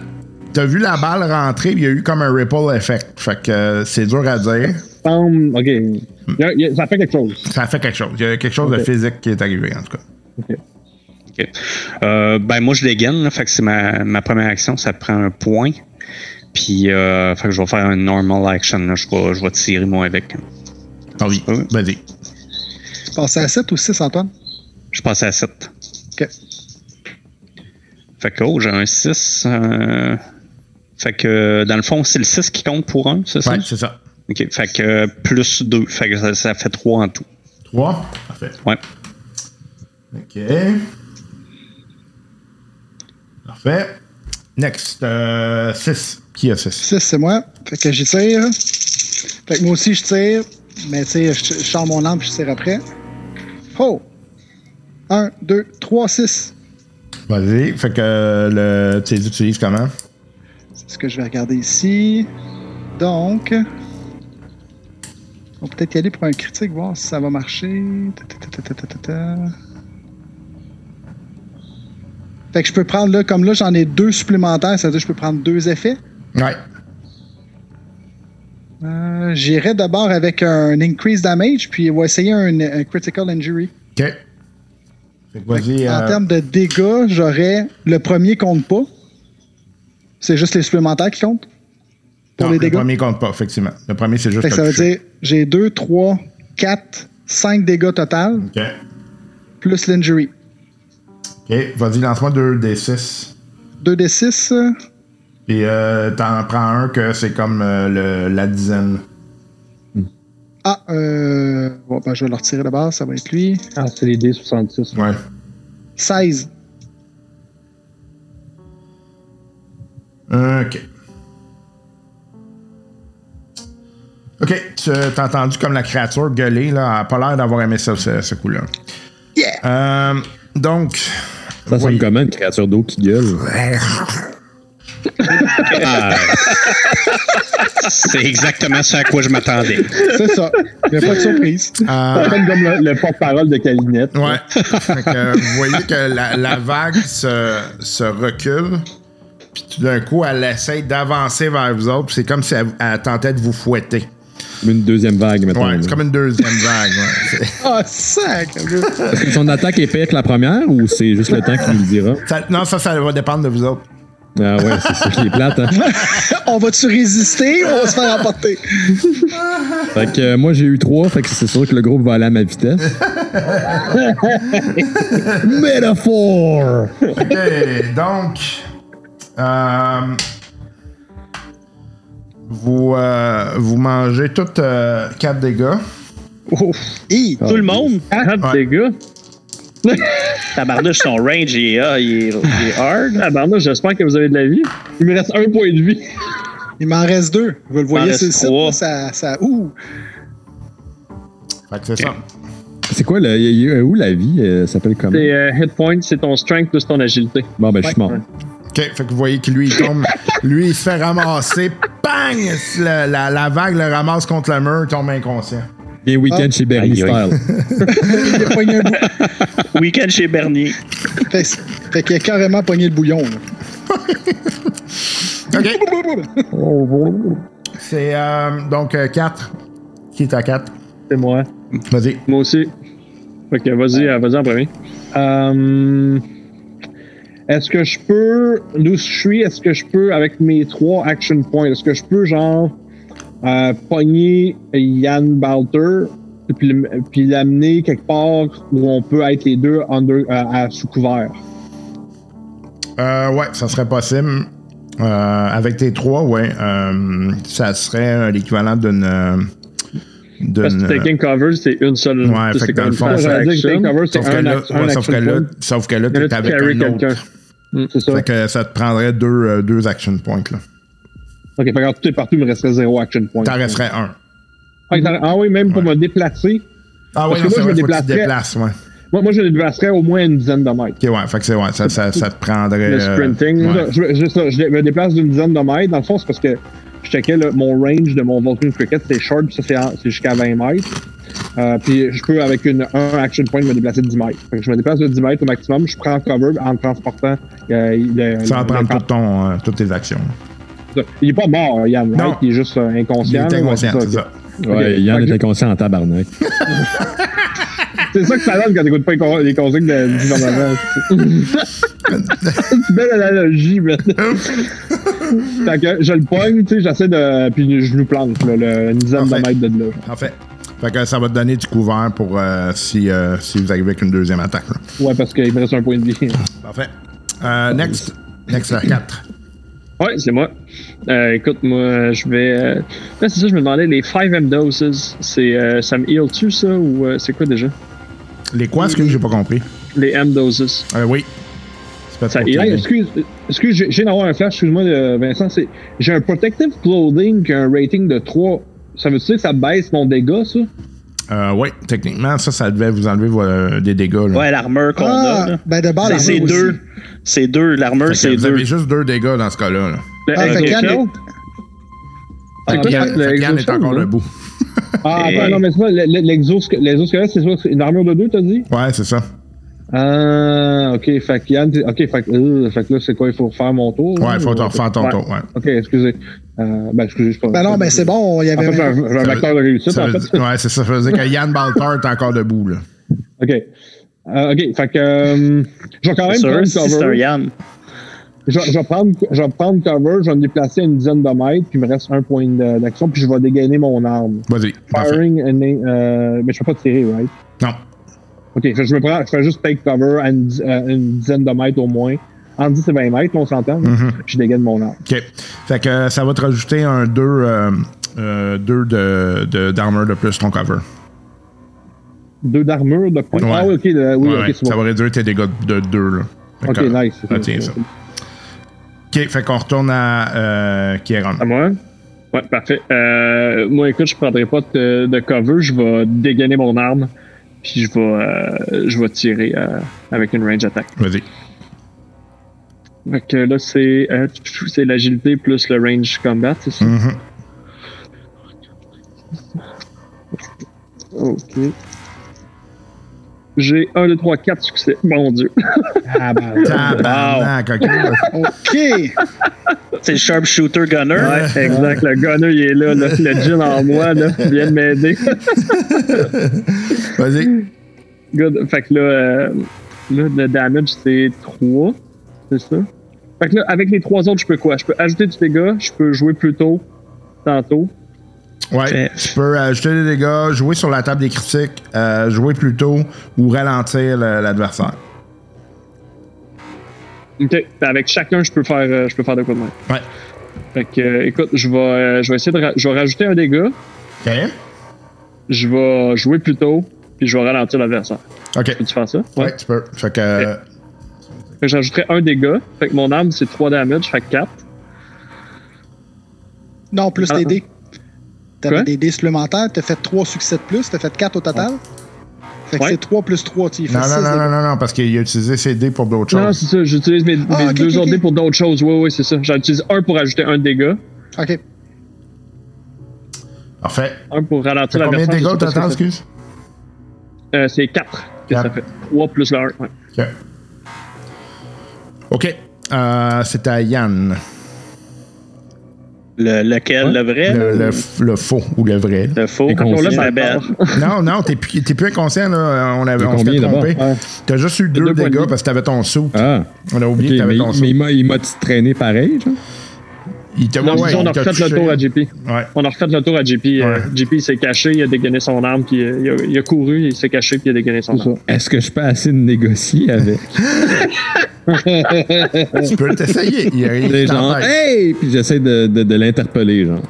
T'as vu la balle rentrer, il y a eu comme un ripple effect. Fait que euh, c'est dur à dire. Semble- OK. Il Hmm. y a- il y a- ça fait quelque chose. Ça a fait quelque chose. Il y a quelque chose de Ok. physique qui est arrivé, en tout cas. ok. Euh, ben, moi, je dégaine, là, fait que c'est ma, ma première action, ça prend un point. Puis, euh, fait que je vais faire un normal action, là. Je vais, je vais tirer, moi, avec. Ah oui, Ouais. vas-y. Tu passais à 7 ou 6, Antoine? Je passe à 7. OK. Fait que, oh, j'ai un 6. euh, Fait que, euh, dans le fond, c'est le 6 qui compte pour 1, c'est ça? Ouais, c'est ça. OK. Fait que euh, plus 2. Fait que ça, ça fait 3 en tout. 3. Parfait. Ouais. OK. Parfait. Next. 6. Qui a 6? 6, c'est moi. Fait que j'y tire. Fait que moi aussi, je tire. Mais tu sais, je, je sors mon arme puis je tire après. Oh! 1, 2, 3, 6. Vas-y. Fait que euh, le, tu les utilises comment? C'est ce que je vais regarder ici. Donc. On va peut-être y aller pour un critique, voir si ça va marcher. Ta, ta, ta, ta, ta, ta, ta. Fait que je peux prendre là, comme là, j'en ai deux supplémentaires, c'est-à-dire que je peux prendre deux effets. Ouais. Euh, J'irai d'abord avec un increase damage, puis on va essayer un, un critical injury. OK. Fait que vas-y. En euh, termes de dégâts, j'aurais. Le premier compte pas. C'est juste les supplémentaires qui comptent. Pour non, les le dégâts. premier compte pas, effectivement. Le premier, c'est juste Fait que ça le veut toucher. dire j'ai 2, 3, 4, 5 dégâts total, plus l'injury. OK. OK. Vas-y, lance-moi deux des 6. 2d6, euh, Puis euh, t'en prends un que c'est comme euh, le- la dizaine. ah, euh, bon, ben, je vais le retirer d'abord, ça va être lui. Ah, c'est les D66. Ouais. 16. OK. OK, tu as entendu comme la créature gueuler, là. Elle a pas l'air d'avoir aimé ça, ce, ce coup-là. Yeah! donc, Ça Oui. semble comment une créature d'eau qui gueule? Ah. C'est exactement ce à quoi je m'attendais. C'est ça. Il n'y a pas de surprise. Euh, C'est comme le, le porte-parole de Calinette. Ouais. Fait que, euh, vous voyez que la, la vague se, se recule, puis tout d'un coup, elle essaie d'avancer vers vous autres, puis c'est comme si elle, elle tentait de vous fouetter. Comme Une deuxième vague, mettons. Ouais, Mm. là. c'est comme une deuxième vague. ouais. C'est- Ah, sac! Est-ce que son attaque est pire que la première ou c'est juste le temps qui nous le dira? ça- non, ça, ça va dépendre de vous autres. Ah ouais, c'est ça qui est plate. Hein? On va-tu résister ou on va se faire emporter? Fait que euh, moi j'ai eu trois, fait que c'est sûr que le groupe va aller à ma vitesse. Métaphore! OK, donc, euh, vous, euh, vous mangez toutes euh, quatre dégâts. Hi, tout le monde, Ah, des gars. tabarnouche, son range il est, ah, il est, il est hard. Ah, ben, j'espère que vous avez de la vie. Il me reste un point de vie. Il m'en reste deux. Vous le voyez reste sur le site, trois. là, ça, ça. Ouh! Fait que c'est ça. C'est quoi, le, y- y- euh, où la vie? euh, ça s'appelle comment? Tes euh, hit points, c'est ton strength plus ton agilité. Bon, ben je suis mort. OK, fait que vous voyez que lui, il tombe. lui, il se fait ramasser. Bang! Le- la, la vague le ramasse contre le mur, il tombe inconscient. Bien week-end chez Bernie Aïe, aïe. Style. Il a pogné un bou- Week-end chez Bernier. fait, fait qu'il a carrément pogné le bouillon. là. OK. C'est euh, donc 4. Qui est à 4? C'est moi. Vas-y. Moi aussi. Ok, vas-y, euh, vas-y en premier. Euh, est-ce que je peux, d'où je suis, est-ce que je peux, avec mes trois action points, est-ce que je peux, genre, euh, pogner Yann Balter puis, le- puis l'amener quelque part où on peut être les deux under- euh, à, sous couvert? Euh, ouais, ça serait possible. Euh, avec tes trois, ouais. euh, ça serait euh, l'équivalent d'une. euh, Parce que d'une. taking cover, c'est une seule. euh, Ouais, fait c'est que dans comme le une fond, fois, ça- j'allais dire que take cover, Sauf c'est que, un, là, ac- un ouais, sauf, action que là, point. sauf que là, Là, t'es tu avec carry un autre. quelqu'un. Hmm, C'est ça. Fait que ça te prendrait deux, euh, deux action points, là. Ok, fait que quand tout est partout, il me resterait zéro action point. T'en resterais un. Ah, t'en- ah oui, même pour Ouais. me déplacer. Ah Parce ouais, que non, moi, c'est vrai, je me faut que tu te déplacerais. déplaces, ouais. Moi, moi, je me déplacerais au moins une dizaine de mètres. Ok, ouais, fait que c'est, ouais, ça, ça, ça te prendrait. Le euh, sprinting, ouais. Ça, Je, je- ça, je me déplace d'une dizaine de mètres. Dans le fond, c'est parce que je checkais là, mon range de mon Vulcan Cricket, c'est short, puis ça c'est, en- c'est jusqu'à 20 mètres. Euh, puis je peux, avec une, un action point, me déplacer de 10 mètres. Fait que je me déplace de 10 mètres au maximum, je prends cover en transportant euh, le. Ça va le- prendre le- tout ton, euh, toutes tes actions. Il est pas mort, Yann, Non. right? Il est juste euh, Il inconscient. est là, ouais, inconscient, c'est ok. ça. Ouais, Ok. Yann Fait que- était conscient en tabarnak. C'est ça que ça donne quand t'écoutes pas les con- les conseils de- du gouvernement. C'est une belle analogie, mais. fait que je le pogne, tu sais, j'essaie de. Puis je nous plante, là, le- une dizaine Parfait. de mètres de là. Parfait. Fait que ça va te donner du couvert pour euh, si, euh, si vous arrivez avec une deuxième attaque. là. Ouais, parce qu'il me reste un point de vie. Parfait. Euh, next. Next à 4. Ouais, c'est moi. Euh, écoute, moi, je vais. euh, Là, c'est ça, je me demandais, les 5M doses, c'est, euh, ça me heal-tu, ça, ou euh, c'est quoi déjà Les quoi, est-ce que j'ai pas compris? Les M doses. Euh, oui. C'est pas Ça trop y est, Hey, clair. excuse, excuse, j'ai- j'ai d'avoir un flash, excuse-moi, euh, Vincent. c'est- J'ai un protective clothing qui a un rating de 3. Ça veut dire que ça baisse mon dégât, ça? Euh, oui, techniquement, ça, ça devait vous enlever euh, des dégâts. Là. Ouais, l'armure qu'on a. Ah, là. ben de base, C'est- l'armure C'est aussi. deux. C'est deux. Fait L'armure, que c'est vous avez deux. juste deux dégâts dans ce cas-là. là. Ah, fait exo que Yann shield? quoi, Fait que ça, Yann- le fait que Yann est exo-shield, encore ben, là? debout. Ah, Et- attends, non, mais c'est pas le- le- l'exosque- l'exosquelette, c'est ça, c'est une armure de 2, t'as dit? Ouais, c'est ça. Ah, ok, fait que Yann, t'es- ok, fait que, euh, fait que là, c'est quoi, il faut refaire mon tour? Ouais, là, il faut ou- te refaire ton Ouais. tour. Ouais. Ok, excusez. Euh, ben, excusez, je pas. Ben non, ben c'est bon, il y En avait. fait, j'ai un, j'ai un Ça facteur de réussite, Ça en veut fait. dire- ouais, c'est ça. Ça veut dire que Yann Baltar est encore debout. Là. Ok. Euh, ok, fait que, euh, je vais quand même C'est sûr, prendre si c'est un cover. Yann. Je, je vais prendre, je vais prendre cover, je vais me déplacer à une dizaine de mètres, puis il me reste un point de- d'action, puis je vais dégainer mon arme. Vas-y. Parfait. Firing, an aim- euh, mais je peux pas tirer, right? Non. Ok, fait que je me prends, je fais juste take cover à une, di- euh, une dizaine de mètres au moins. En 10 et 20 mètres, on s'entend, là. Mhm. je dégaine mon arme. OK. Fait que euh, ça va te rajouter un 2 de, de- d'armure de plus ton cover. Deux d'armure, de points. Ouais. Ah oui, ok, le- oui, Ouais, ok, ouais. c'est bon. Ça va réduire tes dégâts de 2. Ok, nice. Retiens ça. euh, OK, fait qu'on retourne à euh, Kieran. À moi? Ouais, parfait. Euh, moi, écoute, je prendrai pas de, de cover. Je vais dégainer mon arme. Puis je vais, euh, je vais tirer euh, avec une range attack. Vas-y. Fait que là, c'est euh, c'est l'agilité plus le range combat, c'est ça? Mhm. Ok. J'ai 1, 2, 3, 4 succès. Mon dieu. Tabarnak, ok. OK! C'est le sharpshooter gunner. Ouais, exact. Le gunner, il est là. là. Le djinn en moi, là, il vient de m'aider. Vas-y. Good. Fait que là, euh, là, le damage, c'est 3. C'est ça? Fait que là, avec les trois autres, je peux quoi? Je peux ajouter du dégât, je peux jouer plus tôt, tantôt. Ouais, tu peux ajouter des dégâts, jouer sur la table des critiques, euh, jouer plus tôt ou ralentir le- l'adversaire. OK. Avec chacun, je peux faire, euh, je peux faire de quoi de même. Ouais. Fait que, euh, écoute, je vais, euh, je vais essayer de ra- je vais rajouter un dégât, OK? je vais jouer plus tôt, puis je vais ralentir l'adversaire. OK. Peux-tu faire ça? Ouais, tu peux. Fait que. euh, Fait que j'ajouterai un dégât. Fait que mon arme, c'est 3 damage, fait que 4. Non, plus Ah, les ah. dés. T'avais Quoi? des dés supplémentaires, t'as fait 3 succès de plus, t'as fait 4 au total. Fait que Ouais. c'est 3 plus 3, tu y fais euh, Non, 6 non, non, non, non, non, parce qu'il a utilisé ses dés pour d'autres Non, choses. c'est ça. J'utilise mes, Ah, mes ok, deux ok, autres ok. dés pour d'autres choses. Oui, oui, c'est ça. J'en utilise un pour ajouter un dégât, OK. Parfait. un pour ralentir Fait combien de l'adversaire. dégâts au je sais pas total, ce que excuse? c'est. Euh, C'est 4 que ça Quatre. fait. 3 plus le 1. Ouais. OK. OK. Euh, c'est à Yann. Le- lequel, le vrai? Le, le f- le faux ou le vrai. Eh. Le faux. Bon, là, C'est ça la belle. part. Non, non, t'es plus, t'es plus inconscient, là. On, avait, on s'était combien, trompé. d'abord? T'as juste eu deux, deux points de dégâts vie. parce que t'avais ton saut. Ah, On a ok, oublié que mais, t'avais ton mais saut. il m'a- il m'a traîné pareil, genre? Il t'a Non, ouais, on il a t'a refait le touché. tour à JP. Ouais. On a refait le tour à JP. euh, Ouais. JP s'est caché, il a dégainé son arme, puis euh, il, a, il a couru, il s'est caché, puis il a dégainé son arme. Est-ce que je peux assez de négocier avec? Tu peux t'essayer. Il y a rien Des qui gens, t'empêche. hey! Puis j'essaie de, de, de l'interpeller, genre.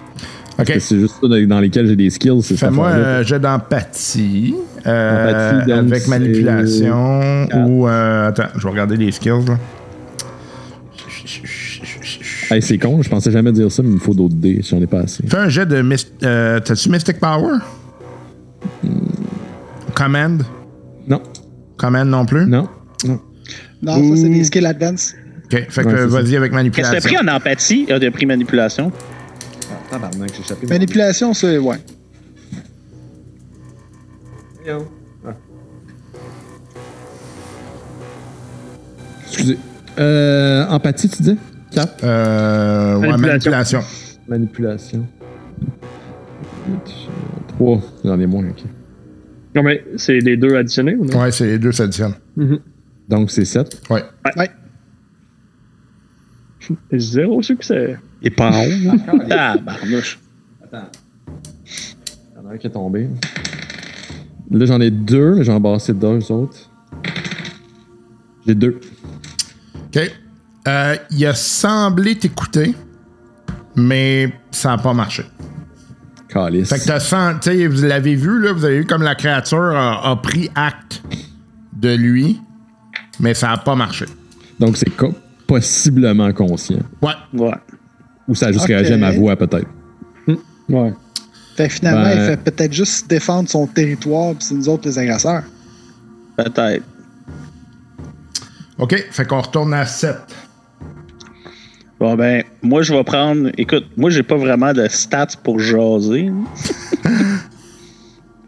Parce OK. que C'est juste ça dans- dans lesquels j'ai des skills, c'est ça. Fais-moi un jet d'empathie. euh, Empathie, Ah. donc, avec c'est- manipulation Quatre. ou. euh, attends, je vais regarder les skills, là. Hey, c'est con, je pensais jamais dire ça, mais il me faut d'autres dés si on n'est pas assez. Fais un jet de. mys- euh, T'as-tu Mystic Power? Command? Hmm. Non, Command non plus? non. Non, ça, c'est des skills advance. OK. Fait que Ouais, c'est ça. vas-y avec Qu'est-ce que t'as manipulation. pris en empathie? Ah, t'as pris manipulation. Tabarnak, j'ai échappé. Manipulation, c'est. Ouais. Excusez. Euh, empathie, tu dis? Cap. Euh, ouais, Manipulation. manipulation. Manipulation. 3. J'en ai moins, ok. Non, mais c'est les deux additionnés ou non? Ouais, c'est les deux s'additionnent. Donc c'est 7. Ouais. Zéro succès. Et pas en haut. Ah, barnouche. Il y en a un qui est tombé. Là, j'en ai deux, mais j'en ai embassé deux autres. J'ai deux. OK. Euh, il a semblé t'écouter, mais ça n'a pas marché. Calice. Fait que t'as sent, tu sais, vous l'avez vu, là, vous avez vu comme la créature a, a pris acte de lui, mais ça n'a pas marché. Donc c'est co- possiblement conscient. Ouais. Ouais. Ou ça a juste Ok. réagi à ma voix, peut-être. Ouais. Fait que finalement, Ben- il fait peut-être juste défendre son territoire, puis c'est nous autres les agresseurs. Peut-être. OK. Fait qu'on retourne à 7. Bon, ben, moi, je vais prendre. Écoute, moi, j'ai pas vraiment de stats pour jaser.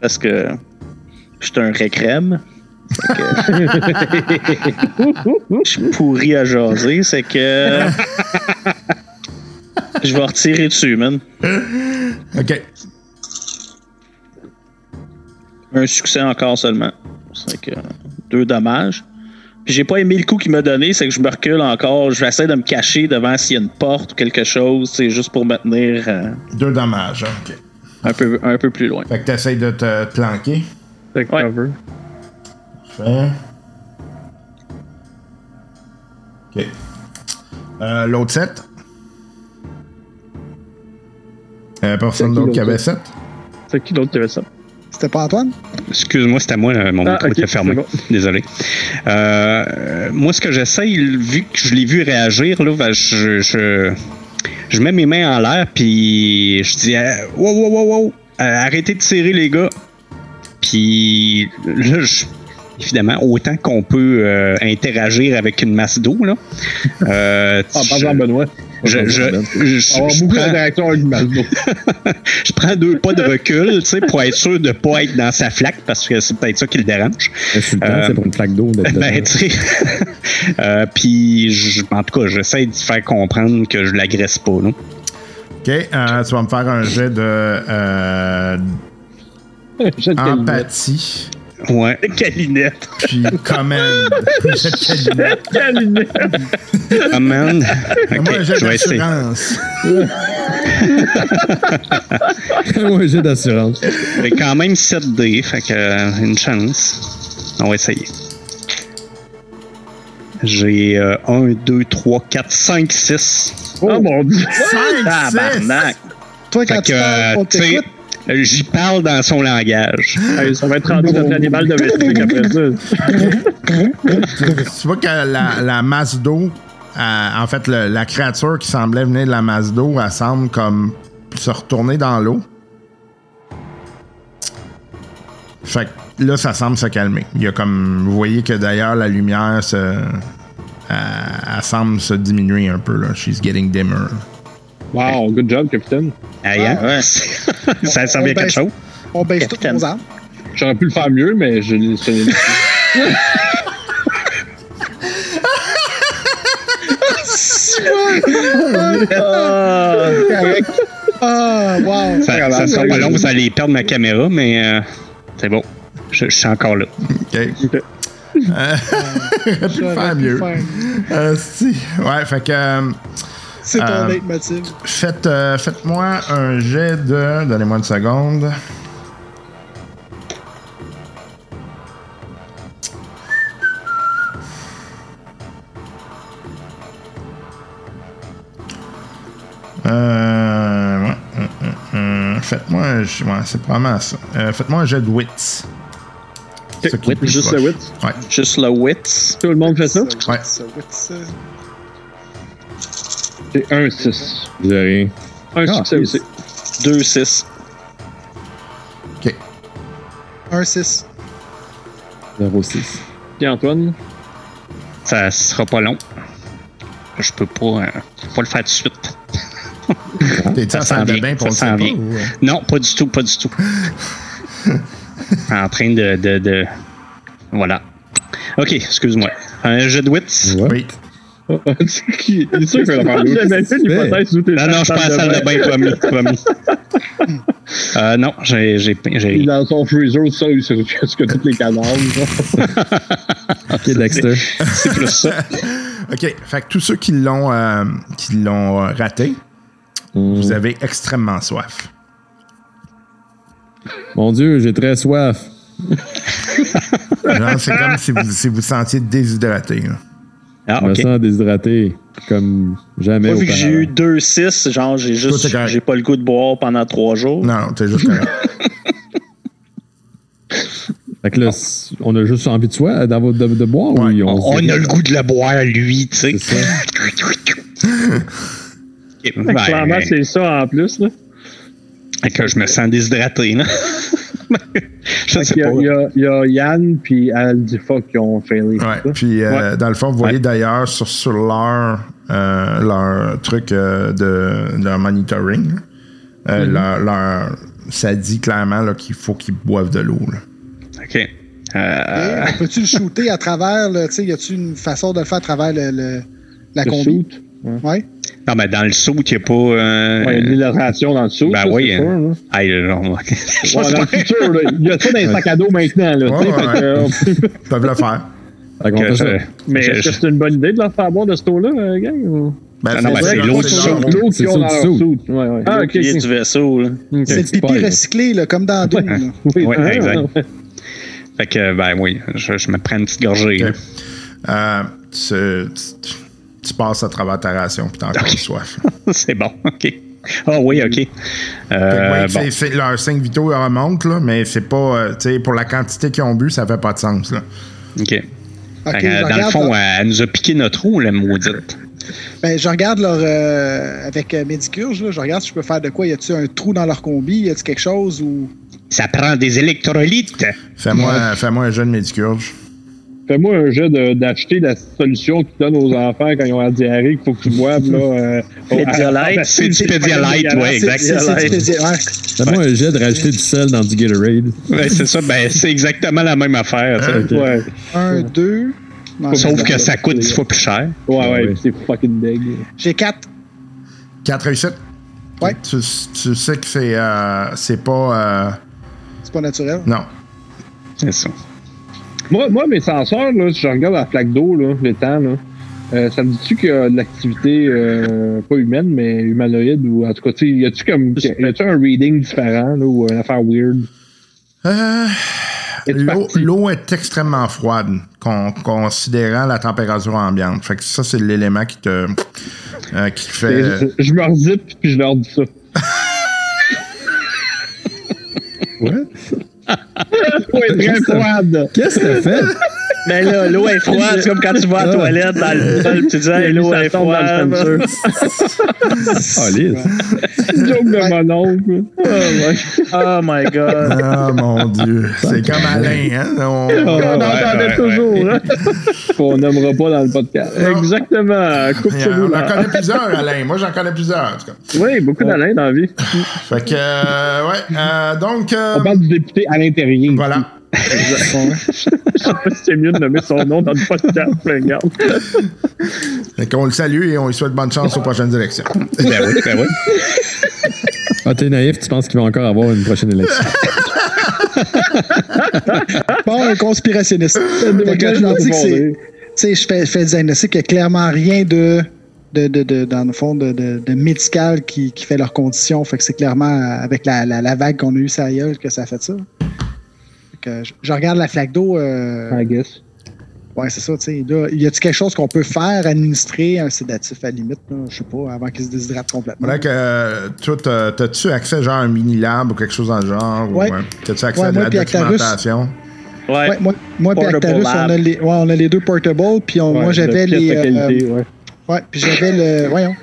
Parce que. Je suis un récrème. Fait que- Je suis pourri à jaser. C'est que. Je vais retirer dessus, man. OK. Un succès encore seulement. C'est que. Deux dommages. Puis j'ai pas aimé le coup qu'il m'a donné, c'est que je me recule encore. Je vais essayer de me cacher devant s'il y a une porte ou quelque chose. C'est juste pour me tenir euh, Deux dommages. hein. OK. un, peu, un peu plus loin. Fait que t'essayes de te planquer. Fait que Ouais. cover. Fait. OK. Euh, L'autre 7. Euh, personne d'autre qui avait 7. C'est qui l'autre qui avait ça? C'était pas Antoine? Excuse-moi, c'est à moi, euh, mon Ah, micro ok, était fermé. c'est bon. Désolé. Euh, euh, moi, ce que j'essaye, vu que je l'ai vu réagir, là, ben, je, je, je mets mes mains en l'air, puis je dis euh, Wow, wow, wow, wow, euh, arrêtez de tirer, les gars. Puis là, je évidemment, autant qu'on peut euh, interagir avec une masse d'eau. là. Euh, Ah, tu- par exemple, Benoît. je, je, je- je- Avoir je Ah, beaucoup prends, d'interactions avec Maldo. je prends deux pas de recul tu sais, pour être sûr de ne pas être dans sa flaque parce que c'est peut-être ça qui le dérange. Mais sur le temps, Euh, c'est pour une flaque d'eau. d'être Ben, dedans. tu sais. Euh, Puis, je- en tout cas, j'essaie de faire comprendre que je l'agresse pas. Là. OK, euh, tu vas me faire un jet de euh, J'ai de qualité. empathie, Ouais. Calinette. puis commande. Jet de cabinet. Cabinet. Commande. Moi, Ah, Ok, un jet je vais essayer. hein. d'assurance. Ouais, j'ai d'assurance. J'ai quand même 7 dés, fait que euh, une chance. On va essayer. J'ai euh, 1, 2, 3, 4, 5, 6. Ah, Oh mon dieu. 5, 6! Tabarnak. Toi, quand Fait tu parles, que, on euh, tu sais, t'écoute. euh, j'y parle dans son langage. Hey, ça va être rendu notre animal domestique après ça. Tu vois que la, la masse d'eau, euh, en fait, le- la créature qui semblait venir de la masse d'eau, elle semble comme se retourner dans l'eau. Fait que là, ça semble se calmer. Il y a comme. Vous voyez que d'ailleurs, la lumière se. Elle, elle semble se diminuer un peu, là. She's getting dimmer. Wow, good job, capitaine. Ah, Aïe, hein? ouais. ça servait à quelque chose. On baisse toutes Capitaine. nos armes. J'aurais pu le faire mieux, mais je l'ai. je l'ai- Ah, wow. Ça, ça sera pas long, vous allez perdre ma caméra, mais euh, c'est bon. Je, je suis encore là. OK. Euh, j'aurais pu le J'aurais faire pu mieux. faire. Euh, si. Ouais, fait que. euh, C'est ton Euh, date, Mathilde. Faites, euh, faites-moi un jet de. Donnez-moi une seconde. Euh, ouais, hum, hum, hum. Faites-moi un jet. Ouais, c'est probablement ça. Euh, faites-moi un jet de wits. C'est qui est plus Juste proche. le wit. Ouais. Juste le wits. Tout le monde fait ça. Ouais. Ça, ouais, ça. C'est un 6. J'ai rien. Un succès aussi. 2-6. Ok. Un 6. 06. Puis Antoine. Ça sera pas long. Je peux pas, euh, pas le faire tout de suite. T'es-tu Ça en s'en salle de vient, bain pour le ça s'en savoir vient. ou, euh? Non, pas du tout, pas du tout. en train de, de, de- Voilà. Ok, excuse-moi. Un jeu de wits. Ouais. Oui. Il est sûr qu'il va le faire J'avais mieux. vu l'hypothèse où t'es Non, non, je suis pas à la salle de bain, promis, promis. Euh, non, j'ai j'ai- j'ai Il est rien. dans son freezer, ça, il sait ce que tous les canards. Ok, Dexter. C'est plus ça. OK. Fait que tous ceux qui l'ont euh, qui l'ont euh, raté, vous avez extrêmement soif. Mon Dieu, j'ai très soif. Genre, c'est comme si vous si vous sentiez déshydraté. là. Ah, Je me ok. sens déshydraté comme jamais. Moi, vu que j'ai eu auparavant. 2-6, genre, j'ai Toi, juste. t'es correct. J'ai pas le goût de boire pendant 3 jours. Non, non, t'es juste correct. Fait que là, c- on a juste envie de soi, euh, d'avoir- de, de boire Ouais. ou on, On a le goût de le boire, lui, tu sais. C'est ça. Ok, ben, Clairement, c'est ça en plus. Là. fait que je me sens déshydraté, là. je sais Il y pas. euh, a- il y, a, il y a Yann puis Al dit fuck qui ont failé. Ouais. Puis, euh, dans le fond, vous voyez d'ailleurs sur, sur leur, euh, leur truc euh, de leur monitoring, euh, Mhm. leur, leur- ça dit clairement là, qu'il faut qu'ils boivent de l'eau. là. Ok. Euh, Et on Peux-tu le shooter à travers, le- tu sais, y a-tu une façon de le faire à travers le, le- la Le combi? shoot. hein. Ouais. non, mais dans le saut, il n'y a pas. euh, Ouais, il y a de l'hydratation dans le saut. Ben ça, oui, c'est hein. sûr, là. aïe, là, on va- Ouais, dans le futur, là, il y a ça dans les sacs à dos maintenant. Là, tu Ouais, sais, fait que, euh, Ils peuvent le Ah faire. Fait qu'on que fait ça. je- Mais je- est-ce que je- c'est une bonne idée de leur faire boire de ce taux-là, euh, gang? ou- Ben, Ah non, ben, c'est l'eau du leur- saut. L'eau C'est qu'ils ont ça, dans leur du saut. saut. Ouais, ouais. Ah, Ah, ok. du vaisseau, là. C'est le Expired. pipi recyclé, là, comme dans Dune. là. Oui, Ouais, hein, exact. ouais. Fait que, ben oui, je, je me prends une petite gorgée. là. Ok. Euh, tu, tu- tu passes à travers ta ration, puis t'as Ah encore soif. c'est bon, ok. Ah oui, Mm. ok. Euh, Fait que ouais, c'est- bon. c'est- leurs 5 vitaux ils remontent, là, mais c'est pas. euh, tu sais, pour la quantité qu'ils ont bu, ça fait pas de sens. Là. ok. Ok, Fait que, je euh, dans le regarde fond, leur- elle, elle nous a piqué notre roue, la maudite. ben, je regarde leur. euh, avec euh, Médicurge, là, je regarde si je peux faire de quoi. Y a-tu un trou dans leur combi? Y a-tu quelque chose? Ou... Ça prend des électrolytes. Fais-moi fais-moi un euh, jeu de médicurge. Fais-moi un jet de- d'acheter la solution qu'ils donnent aux enfants quand ils ont la diarrhée qu'il faut qu'ils boivent. Là, euh, au- Pédialyte, c'est du pédialyte, oui, exact. Ah, C'est- c'est- c'est- c'est- ouais. Ah, Fais-moi un jet de rajouter du sel dans du Gatorade. Ouais, c'est ça, ben, c'est exactement la même affaire. tu sais. Hein? Ouais, Un, deux. Non, Sauf j'ai- que ça coûte 10 fois plus cher. ouais, ouais, puis c'est fucking deg. J'ai quatre. 4 réussites. Ouais. Tu, tu sais que c'est euh, c'est pas. euh, C'est pas naturel. non. C'est ça. Moi, moi, mes senseurs, là, si je regarde la flaque d'eau, là, l'étang, là, euh, ça me dit-tu qu'il y a de l'activité, euh, pas humaine, mais humanoïde, ou en tout cas, tu sais, y a-tu comme, y a-tu un reading différent, là, ou une affaire weird? Euh, Es-tu L'eau parti? l'eau est extrêmement froide, con- considérant la température ambiante. Fait que ça, c'est l'élément qui te, euh, qui te fait. Je, je me rezippe, puis je leur dis ça. What? ouais, très froide. Qu'est-ce que t'as fait? Mais Ben là, l'eau est froide, c'est comme quand tu vas Ah. à la toilette dans le sol, tu dis, Hey, l'eau est Ça tombe dans le froide. sensor. Ah, lisse. Une joke de mon oncle. Oh, ouais. Oh my god. Ah mon Dieu. C'est comme Alain, hein? On- On entendait toujours, hein? Qu'on nommera pas dans le podcast. Non. Exactement. Coupe Il y ce en- on en bout-là. connaît plusieurs, Alain. Moi, j'en connais plusieurs, en tout cas. Oui, beaucoup d'Alain dans la vie. Fait que, euh, ouais. euh, donc, euh, On parle du député à l'intérieur. voilà. Je sais pas si c'est mieux de nommer son nom dans le podcast, mais regarde. Fait qu'on le salue et on lui souhaite bonne chance aux prochaines élections. Ben oui, ben oui. Ah, t'es naïf, tu penses qu'il va encore avoir une prochaine élection. Bon, un conspirationniste. Fait que je leur dis que c'est. hein. Tu sais, je fais, je fais le diagnostic, il n'y a clairement rien de. De, de, de- dans le fond, de, de, de médical qui, qui fait leur condition. Fait que c'est clairement euh, avec la, la, la vague qu'on a eue sérieuse que ça a fait ça. Fait que je, je regarde la flaque d'eau. euh, I guess. Ouais, c'est ça, tu sais. Là, y a-t-il quelque chose qu'on peut faire, administrer un sédatif à la limite, là, je sais pas, avant qu'il se déshydrate complètement? Voilà que euh, toi, t'as- t'as-tu accès genre à un mini lab ou quelque chose dans le genre? Ouais. Ou, euh, T'as-tu accès Ouais, à de moi la puis Actarus. documentation? Ouais. Ouais, moi, moi puis Portable Actarus, on lab. a, les, ouais, on a les deux portables, puis on- moi Ouais, j'avais de pièce les. de euh, qualité, ouais. ouais, puis j'avais le. Voyons.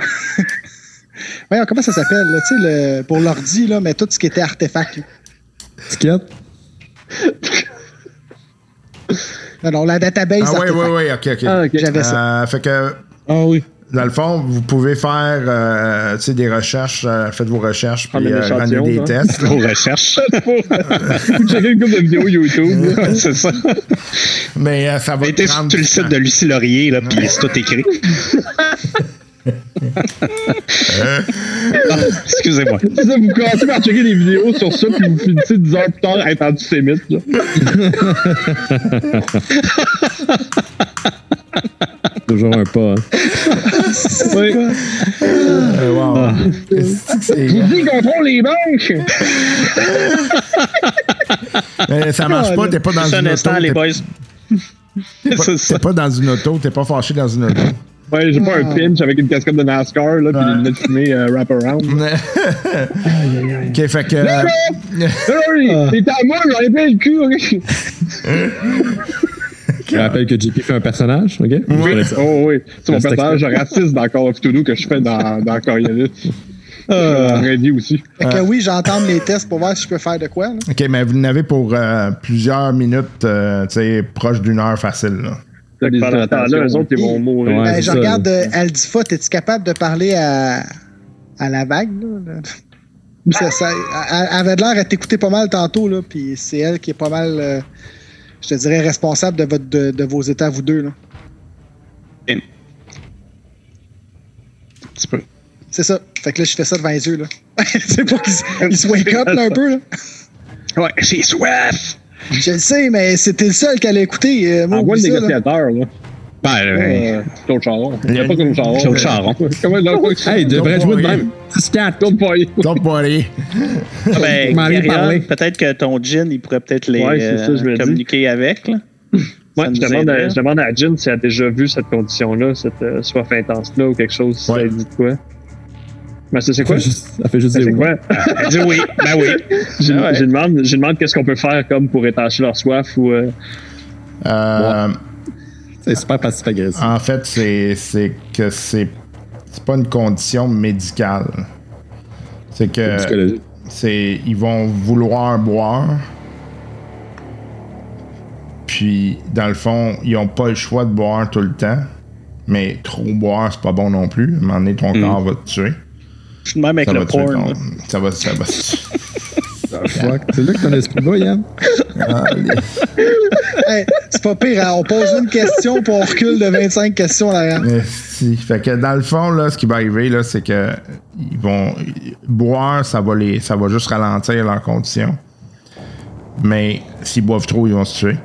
voyons, comment ça s'appelle, là, tu sais, le- pour l'ordi, là, mais tout ce qui était artefact. là. Ticket? Non, non, la database. Ah oui, artefact. oui, oui, ok, ok. Ah, ok. J'avais ça. Euh, fait que, Ah oui. dans le fond, vous pouvez faire euh, tu sais, des recherches, euh, faites vos recherches, puis Prendre un euh, rendre échantillon, des hein. tests. Aux recherches. Vous checkez une couple de vidéos YouTube. là. c'est ça. Mais euh, ça va T'es sur prendre tout le du site temps. de Lucie Laurier, là, puis c'est tout écrit. Ah, Excusez-moi. C'est ça, vous commencez par checker des vidéos sur ça, puis vous finissez 10 heures plus tard être antisémite. là. Toujours un pas. hein. Ouais. Euh, wow. Ah. Est-ce que c'est- Je vous dis qu'on contrôle les banques! Mais euh, ça marche pas, t'es pas dans Juste Ah, un une auto. instant, les t'es- boys. C'est T'es ça. pas dans une auto, t'es pas fâché dans une auto. Ouais, j'ai pas un pinch avec une casquette de NASCAR, là, puis des lunettes fumées euh, wraparound. ok, fait que. euh, Non, non, Ah c'est à moi, j'en ai plein le cul, ok? Je rappelle que JP fait un personnage, ok? Oh oui, c'est mon C'est personnage raciste dans Call of Duty que je fais dans, dans Coriolis. Euh, dans la vraie vie aussi. Fait que oui, j'entends les tests pour voir si je peux faire de quoi. là. ok, mais vous en avez pour euh, plusieurs minutes, euh, tu sais, proche d'une heure facile. Là. Fait que Pendant ce temps-là, eux autres, ils vont mourir. Ouais, Ben, c'est je ça, regarde euh, Aldifa, es-tu capable de parler à, à la vague? Là, là? Ça, ça- elle elle avait l'air à t'écouter pas mal tantôt, là, puis c'est elle qui est pas mal, euh, je te dirais, responsable de, votre, de, de vos états, vous deux. Là. Un petit peu. C'est ça. Fait que là, je fais ça devant les yeux. Là. c'est pour qu'ils se- ils se wake up là, un peu. Là. Ouais, j'ai soif. Je le sais, mais c'était le seul qu'elle a écouté. euh, moi, Ah, Envoie le oublie ça, là. négociateur, là. Ben, ouais. Euh, Claude Charon. Il y a pas Claude Charon. Claude Charon. Comment dans le coin, c'est Hey, il devrait Don't jouer de worry. même. 6-4. Claude Poirier. Don't worry. Ah ben, M'en aller Kyrian, parler. peut-être que ton gin, il pourrait peut-être les Ouais, c'est ça, je me euh, dis. communiquer avec. Là. Moi, Ça je nous demande, à, aiderait. hein. je demande à Jin si elle a déjà vu cette condition-là, cette euh, soif intense-là ou quelque chose, si Ouais. elle dit de quoi. Mais c'est c'est Ça quoi? fait juste- ça fait juste C'est des quoi? Elle dit oui. Ben oui. J'ai Ah ouais. j'ai demande, j'ai demande qu'est-ce qu'on peut faire comme pour étancher leur soif ou euh, Euh, C'est super passif-agressif. En fait, c'est c'est que c'est c'est pas une condition médicale. C'est que Psychologique. c'est ils vont vouloir boire. Puis Puis, dans le fond, ils n'ont pas le choix de boire tout le temps. Mais trop boire, c'est pas bon non plus. À un moment donné, ton corps va te tuer. Je suis de même avec Ça Hmm. va le te tuer porn. ton- là. Ça va, ça va te tuer. Fuck. C'est là que ton esprit hein? va, Yann. Ah, Hey, c'est pas pire, hein? on pose une question puis on recule de 25 questions en arrière. Mais Euh, si. Fait que dans le fond, là, ce qui va arriver, là, c'est que ils vont boire, ça va les. ça va juste ralentir leur condition. Mais s'ils boivent trop, ils vont se tuer.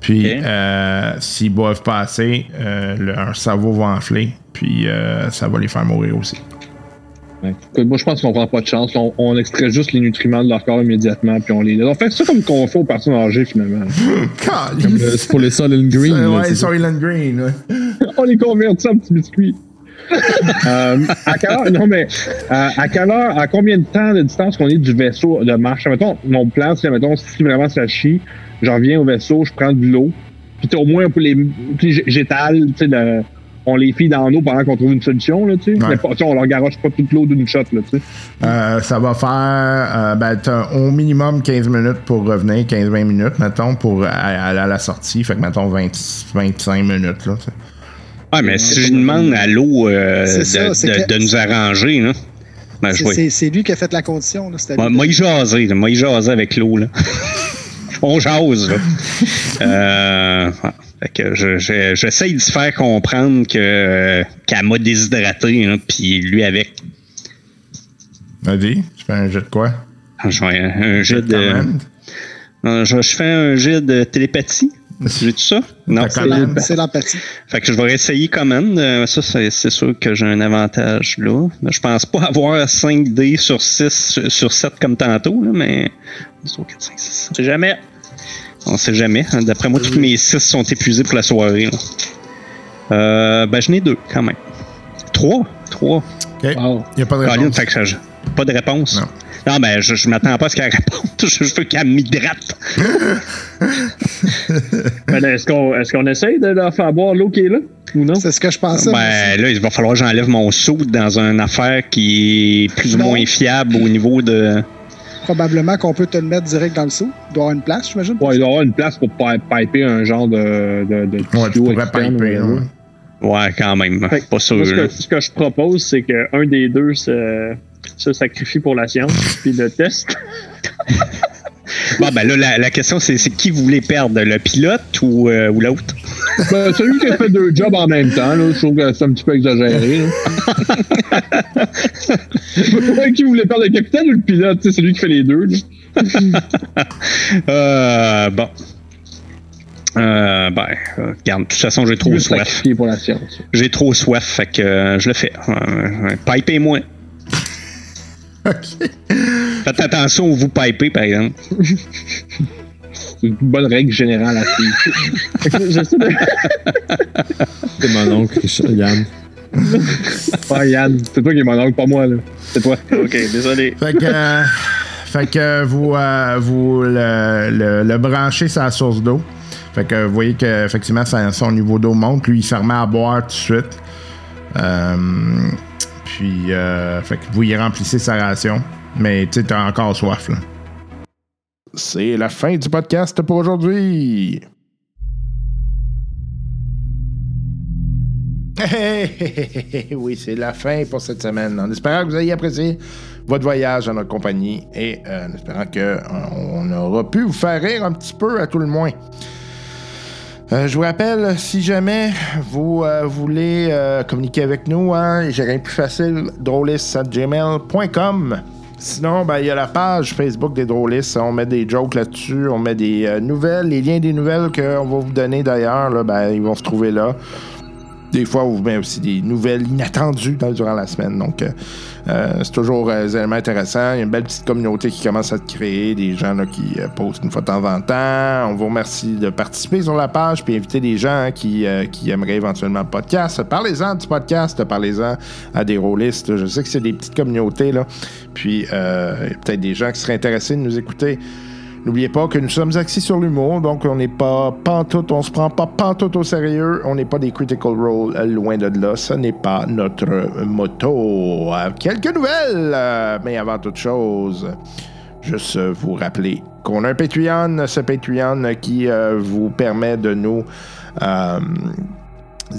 Puis Ok. euh, s'ils boivent pas assez, euh, leur cerveau va enfler. Puis euh, ça va les faire mourir aussi. Ouais. Écoute, Moi, je pense qu'on prend pas de chance. On, on extrait juste les nutriments de leur corps immédiatement, puis on les laisse. On fait ça comme qu'on fait aux personnes âgées, finalement. Euh, C'est pour les Solid Green. Euh, là, ouais, c'est ça. Soylent Green. ouais. on les convertit en petits biscuits. Euh, à quelle heure, non, mais euh, à quelle heure, à combien de temps de distance qu'on est du vaisseau de marche? Mettons, mon plan, c'est, mettons, si vraiment ça chie, j'en reviens au vaisseau, je prends de l'eau, puis t'as au moins, on peut les, puis j- j'étale, tu sais, le- on les fille dans l'eau pendant qu'on trouve une solution, là, tu sais. Ouais. Mais pas- tu sais, on leur garoche pas toute l'eau d'une shot, là, tu sais. Euh, ça va faire euh, ben, t'as au minimum 15 minutes pour revenir, 15-20 minutes, mettons, pour a- aller à la sortie. Fait que, mettons, 20 25 minutes. Là, t'sais. Ouais, Ah, mais si je demande à l'eau euh, C'est de, ça, c'est de- que- de nous arranger, là, ben, je C'est- vais- C'est c'est lui qui a fait la condition. là, c'était Moi, lui. moi, il jasait, là. moi, il jasait avec l'eau, là. On jase, là. Euh, ouais. Fait que je- je- j'essaye de se faire comprendre que euh, qu'elle m'a déshydraté, hein, puis lui avec. Vas-y, tu fais un jeu de quoi? Ah, Je fais un, un jet de. Command? Euh, je, je fais un jet de télépathie. J'ai tout ça? Non, Ta c'est- command? C'est l'empathie. Fait que je vais essayer command. Euh, ça, c'est c'est sûr que j'ai un avantage là. Je pense pas avoir 5 dés sur 6 sur 7 comme tantôt, là, mais. 2, 3, 4, 5, 6, C'est jamais. On sait jamais. hein. D'après moi, tous mes 6 sont épuisés pour la soirée. là. Euh, ben, je n'ai deux quand même. Trois. Trois. Ok. Il n'y a pas Ben, de Colin, réponse. fait que ça- pas de réponse. Non. Non, ben, je, je m'attends pas à ce qu'elle réponde. Je veux qu'elle m'hydrate. Mais là, Ben, est-ce qu'on est qu'on essaye de leur faire boire l'eau qui est là ou non? C'est ce que je pensais. Ben, là, il va falloir que j'enlève mon saut dans une affaire qui est plus ou Non. moins fiable au niveau de. mais Probablement qu'on peut te le mettre direct dans le seau. Il doit y avoir une place, j'imagine. Ouais, il doit y avoir une place pour pi- piper un genre de. de, de Ouais, tu tuyau pourrais externe, piper. euh, là, ouais. Ouais, quand même. Fait que Pas sûr. Moi, ce, là. Euh. que, ce que je propose, c'est qu'un des deux se, se sacrifie pour la science, puis le test. Bon, ben là, la, la question, c'est c'est qui vous voulez perdre, le pilote ou, euh, ou l'autre? Ben, celui qui a fait deux jobs en même temps, là, je trouve que c'est un petit peu exagéré. là. Ouais, qui voulait perdre le capitaine ou le pilote? Tu sais, C'est lui qui fait les deux. là. Euh, bon. Euh, ben, euh, regarde, de toute façon, j'ai Il trop veut se soif. sacrifier pour la science. J'ai trop soif, fait que euh, je le fais. Euh, euh, Pipez-moi. Ok. Faites attention où vous pipez, par exemple. C'est une bonne règle générale à suivre. Fait que J'essaie de. C'est mon oncle, Richard- Yann. Ouais, Yann, c'est toi qui es mon oncle, pas moi. là. C'est toi. Ok, désolé. Fait que, euh, fait que vous, euh, vous le, le, le branchez sur la source d'eau. Fait que vous voyez que effectivement sa- son niveau d'eau monte. Lui, il se remet à boire tout de suite. Euh, puis, euh, fait que vous y remplissez sa ration. Mais tu sais, t'as encore soif. Là. C'est la fin du podcast pour aujourd'hui. Hey, hey, hey, hey, hey, oui, c'est la fin pour cette semaine. En espérant que vous ayez apprécié votre voyage en notre compagnie et euh, en espérant qu'on aura pu vous faire rire un petit peu à tout le moins. Euh, je vous rappelle, si jamais vous euh, voulez euh, communiquer avec nous, hein, j'ai rien de plus facile, drôlist.gmail.com. Sinon, ben, il y a la page Facebook des drôlistes. On met des jokes là-dessus, on met des euh, nouvelles. Les liens des nouvelles qu'on va vous donner d'ailleurs, là, ben, ils vont se trouver là. Des fois, on vous met aussi des nouvelles inattendues dans- durant la semaine. Donc, euh, euh, c'est toujours euh, des éléments intéressants. Il y a une belle petite communauté qui commence à se créer, des gens là, qui euh, posent une fois de temps en temps. On vous remercie de participer sur la page, puis inviter des gens hein, qui, euh, qui aimeraient éventuellement le podcast. Parlez-en du podcast, parlez-en à des rôlistes. Je sais que c'est des petites communautés, là. Puis, euh, il y a peut-être des gens qui seraient intéressés de nous écouter. N'oubliez pas que nous sommes axés sur l'humour, donc on n'est pas pantoute, on se prend pas pantoute au sérieux, on n'est pas des critical role, euh, loin de là, ce n'est pas notre euh, motto. Euh, Quelques nouvelles, euh, mais avant toute chose, Juste euh, vous rappeler qu'on a un Patreon, ce Patreon qui euh, vous permet de nous euh,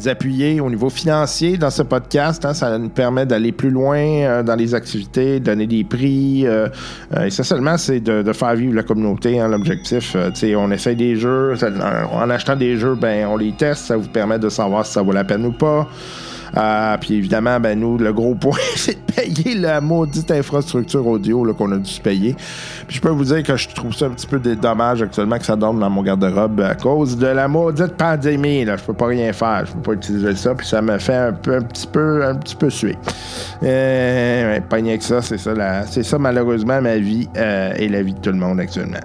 appuyer au niveau financier dans ce podcast. hein. ça nous permet d'aller plus loin euh, dans les activités, donner des prix. euh, euh, et ça seulement, c'est de, de faire vivre la communauté, hein, l'objectif. Euh, tu sais, on essaye des jeux. ça- en achetant des jeux, ben, on les teste. Ça vous permet de savoir si ça vaut la peine ou pas. Euh, puis évidemment, ben nous, le gros point, c'est de payer la maudite infrastructure audio là, qu'on a dû se payer. Puis je peux vous dire que je trouve ça un petit peu dé- dommage actuellement que ça dorme dans mon garde-robe à cause de la maudite pandémie. Là. Je peux pas rien faire. Je peux pas utiliser ça. Puis ça me fait un, peu, un petit peu un petit peu suer. Euh, ouais, pas rien que ça, c'est ça. la- C'est ça malheureusement ma vie euh, et la vie de tout le monde actuellement.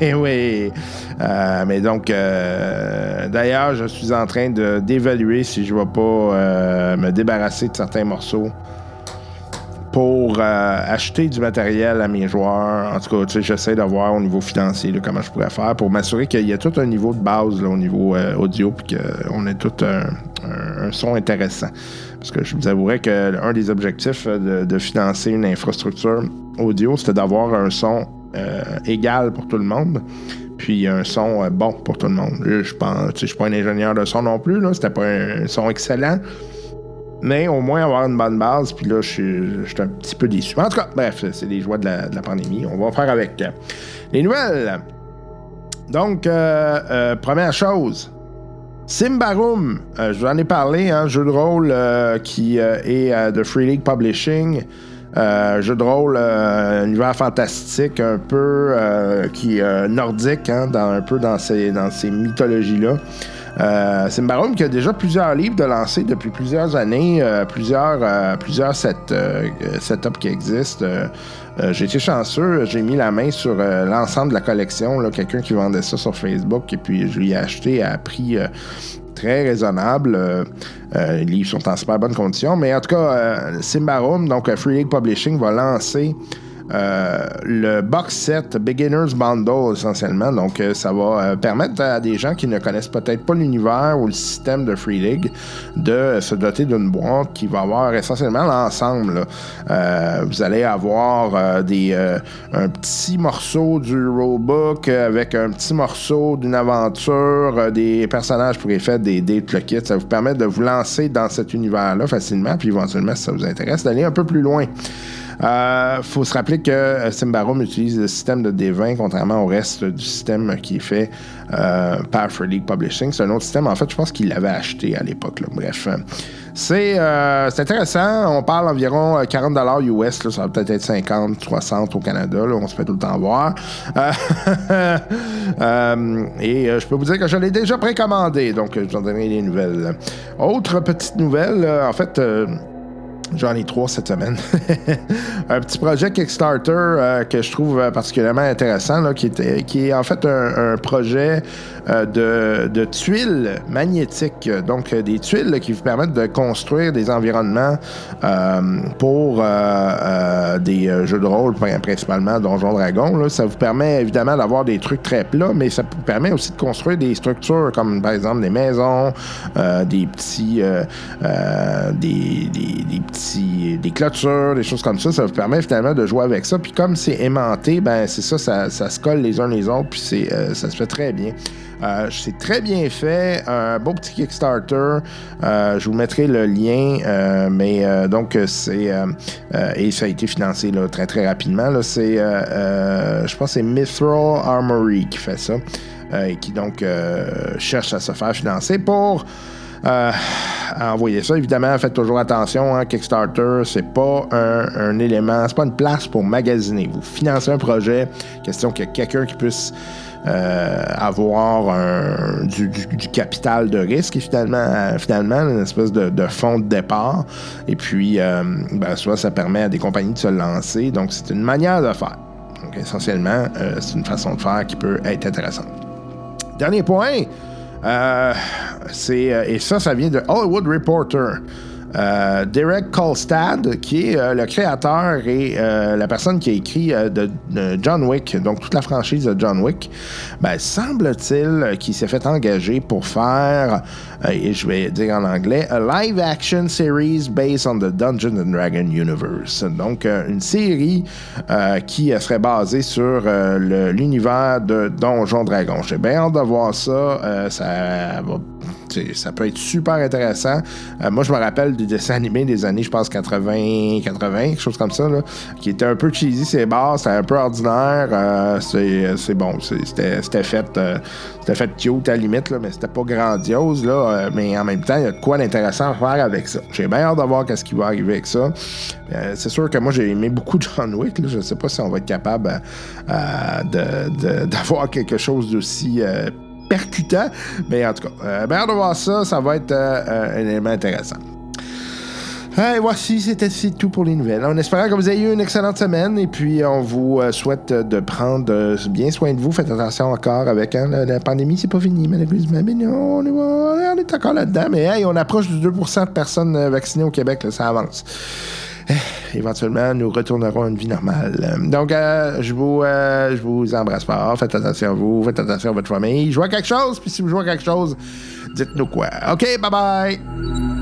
oui. Euh, mais donc, euh, d'ailleurs, je suis en train de- d'évaluer si je vais pas euh, me débarrasser de certains morceaux pour euh, acheter du matériel à mes joueurs. En tout cas, tu sais, j'essaie de voir au niveau financier là, comment je pourrais faire pour m'assurer qu'il y a tout un niveau de base là, au niveau euh, audio puis qu'on ait tout un, un- un son intéressant. Parce que je vous avouerais que un des objectifs euh, de, de financer une infrastructure audio, c'était d'avoir un son euh, égal pour tout le monde puis un son euh, bon pour tout le monde. Là, Je pense, tu sais, je suis pas un ingénieur de son non plus, là, c'était pas un son excellent. Mais au moins avoir une bonne base, puis là, je suis, je suis un petit peu déçu. En tout cas, bref, c'est les joies de la, de la pandémie. On va faire avec euh, les nouvelles. Donc, euh, euh, première chose, Simbarum, euh, je vous en ai parlé, un jeu de rôle euh, qui euh, est euh, de Free League Publishing. Euh, jeu de rôle, euh, univers fantastique, un peu euh, qui euh, nordique, hein, dans, un peu dans ces, dans ces mythologies-là. Euh, Simbarum qui a déjà plusieurs livres de lancer depuis plusieurs années, euh, plusieurs, euh, plusieurs set, euh, setups qui existent. Euh, euh, j'ai été chanceux, j'ai mis la main sur euh, l'ensemble de la collection. là. Quelqu'un qui vendait ça sur Facebook et puis je lui ai acheté à prix euh, très raisonnable. Euh, euh, les livres sont en super bonne condition. Mais en tout cas, euh, Simbarum, donc euh, Free League Publishing, va lancer euh, le box set Beginner's Bundle essentiellement. Donc, euh, ça va euh, permettre à des gens qui ne connaissent peut-être pas l'univers ou le système de Free League de euh, se doter d'une boîte qui va avoir essentiellement l'ensemble. là. Euh, vous allez avoir euh, des, euh, un petit morceau du rulebook euh, avec un petit morceau d'une aventure, euh, des personnages pour effet, des dés, tout le kit. Ça vous permet de vous lancer dans cet univers-là facilement, puis éventuellement, si ça vous intéresse, d'aller un peu plus loin. Euh, faut se rappeler que euh, Simbarum utilise le système de D20, contrairement au reste du système qui est fait euh, par Free League Publishing. C'est un autre système, en fait, je pense qu'il l'avait acheté à l'époque. là. Bref, euh, c'est euh, c'est intéressant. On parle environ euh, 40 US, là. ça va peut-être être 50, 300 au Canada. là. On se fait tout le temps voir. Euh, euh, et euh, je peux vous dire que je l'ai déjà précommandé, donc euh, je vous en donnerai des nouvelles. Autre petite nouvelle, euh, en fait. euh, J'en ai trois cette semaine. un petit projet Kickstarter euh, que je trouve euh, particulièrement intéressant, là, qui, est, euh, qui est en fait un, un projet euh, de, de tuiles magnétiques. Donc, euh, des tuiles là, qui vous permettent de construire des environnements euh, pour euh, euh, des euh, jeux de rôle, prin- principalement Donjon Dragon. là. Ça vous permet évidemment d'avoir des trucs très plats, mais ça vous permet aussi de construire des structures comme par exemple des maisons, euh, des petits, euh, euh, des, des- des petits, des clôtures, des choses comme ça. Ça vous permet finalement de jouer avec ça. Puis comme c'est aimanté, ben c'est ça, ça, ça se colle les uns les autres, puis c'est, euh, ça se fait très bien. Euh, c'est très bien fait, un beau petit Kickstarter. Euh, je vous mettrai le lien, euh, mais euh, donc euh, c'est euh, euh, et ça a été financé là, très très rapidement. là. C'est, euh, euh, je pense, que c'est Mithril Armory qui fait ça euh, et qui donc euh, cherche à se faire financer pour euh, à envoyer ça. Évidemment, faites toujours attention. Hein, Kickstarter, c'est pas un, un élément, c'est pas une place pour magasiner. Vous financez un projet, question qu'il y ait quelqu'un qui puisse euh, avoir un- du, du- du capital de risque et finalement, euh, finalement une espèce de, de fonds de départ. Et puis, euh, ben, soit ça permet à des compagnies de se lancer. Donc, c'est une manière de faire. Donc, essentiellement, euh, c'est une façon de faire qui peut être intéressante. Dernier point, euh, c'est euh, et ça, ça vient de Hollywood Reporter. euh, Derek Kolstad, qui est euh, le créateur et euh, la personne qui a écrit euh, de, de John Wick, donc toute la franchise de John Wick, ben, semble-t-il qu'il s'est fait engager pour faire, euh, et je vais dire en anglais, a live action series based on the Dungeons and Dragon universe. Donc, euh, une série euh, qui euh, serait basée sur euh, le- l'univers de Donjon Dragon. J'ai bien hâte de voir ça. Euh, ça va tu sais, ça peut être super intéressant. Euh, moi, je me rappelle du dessin animé des années, je pense, 80, 80, quelque chose comme ça, là, qui était un peu cheesy, c'est barres, c'était un peu ordinaire. euh, c'est c'est bon, c'est- c'était c'était fait, euh, c'était fait cute à la limite, là, mais c'était pas grandiose. Là, euh, mais en même temps, il y a de quoi d'intéressant à faire avec ça. J'ai bien hâte de voir qu'est-ce qui va arriver avec ça. Euh, c'est sûr que moi, j'ai aimé beaucoup John Wick. là. Je sais pas si on va être capable euh, euh, de- de- d'avoir quelque chose d'aussi. euh, percutant. Mais en tout cas, euh, ben, hâte de voir ça. Ça va être euh, euh, un élément intéressant. Et voici, c'était c'est tout pour les nouvelles. En espérant que vous ayez eu une excellente semaine et puis on vous euh, souhaite euh, de prendre euh, bien soin de vous. Faites attention encore avec hein, la, la pandémie, c'est pas fini malheureusement. Mais non, on, est, on est encore là-dedans. Mais hey, on approche du 2% de personnes euh, vaccinées au Québec, là, ça avance Eh, éventuellement, nous retournerons à une vie normale. Euh, Donc, euh, je vous, euh, je vous embrasse fort. Faites attention à vous. Faites attention à votre famille. Jouez à quelque chose. Puis si vous jouez à quelque chose, dites-nous quoi. OK, bye bye.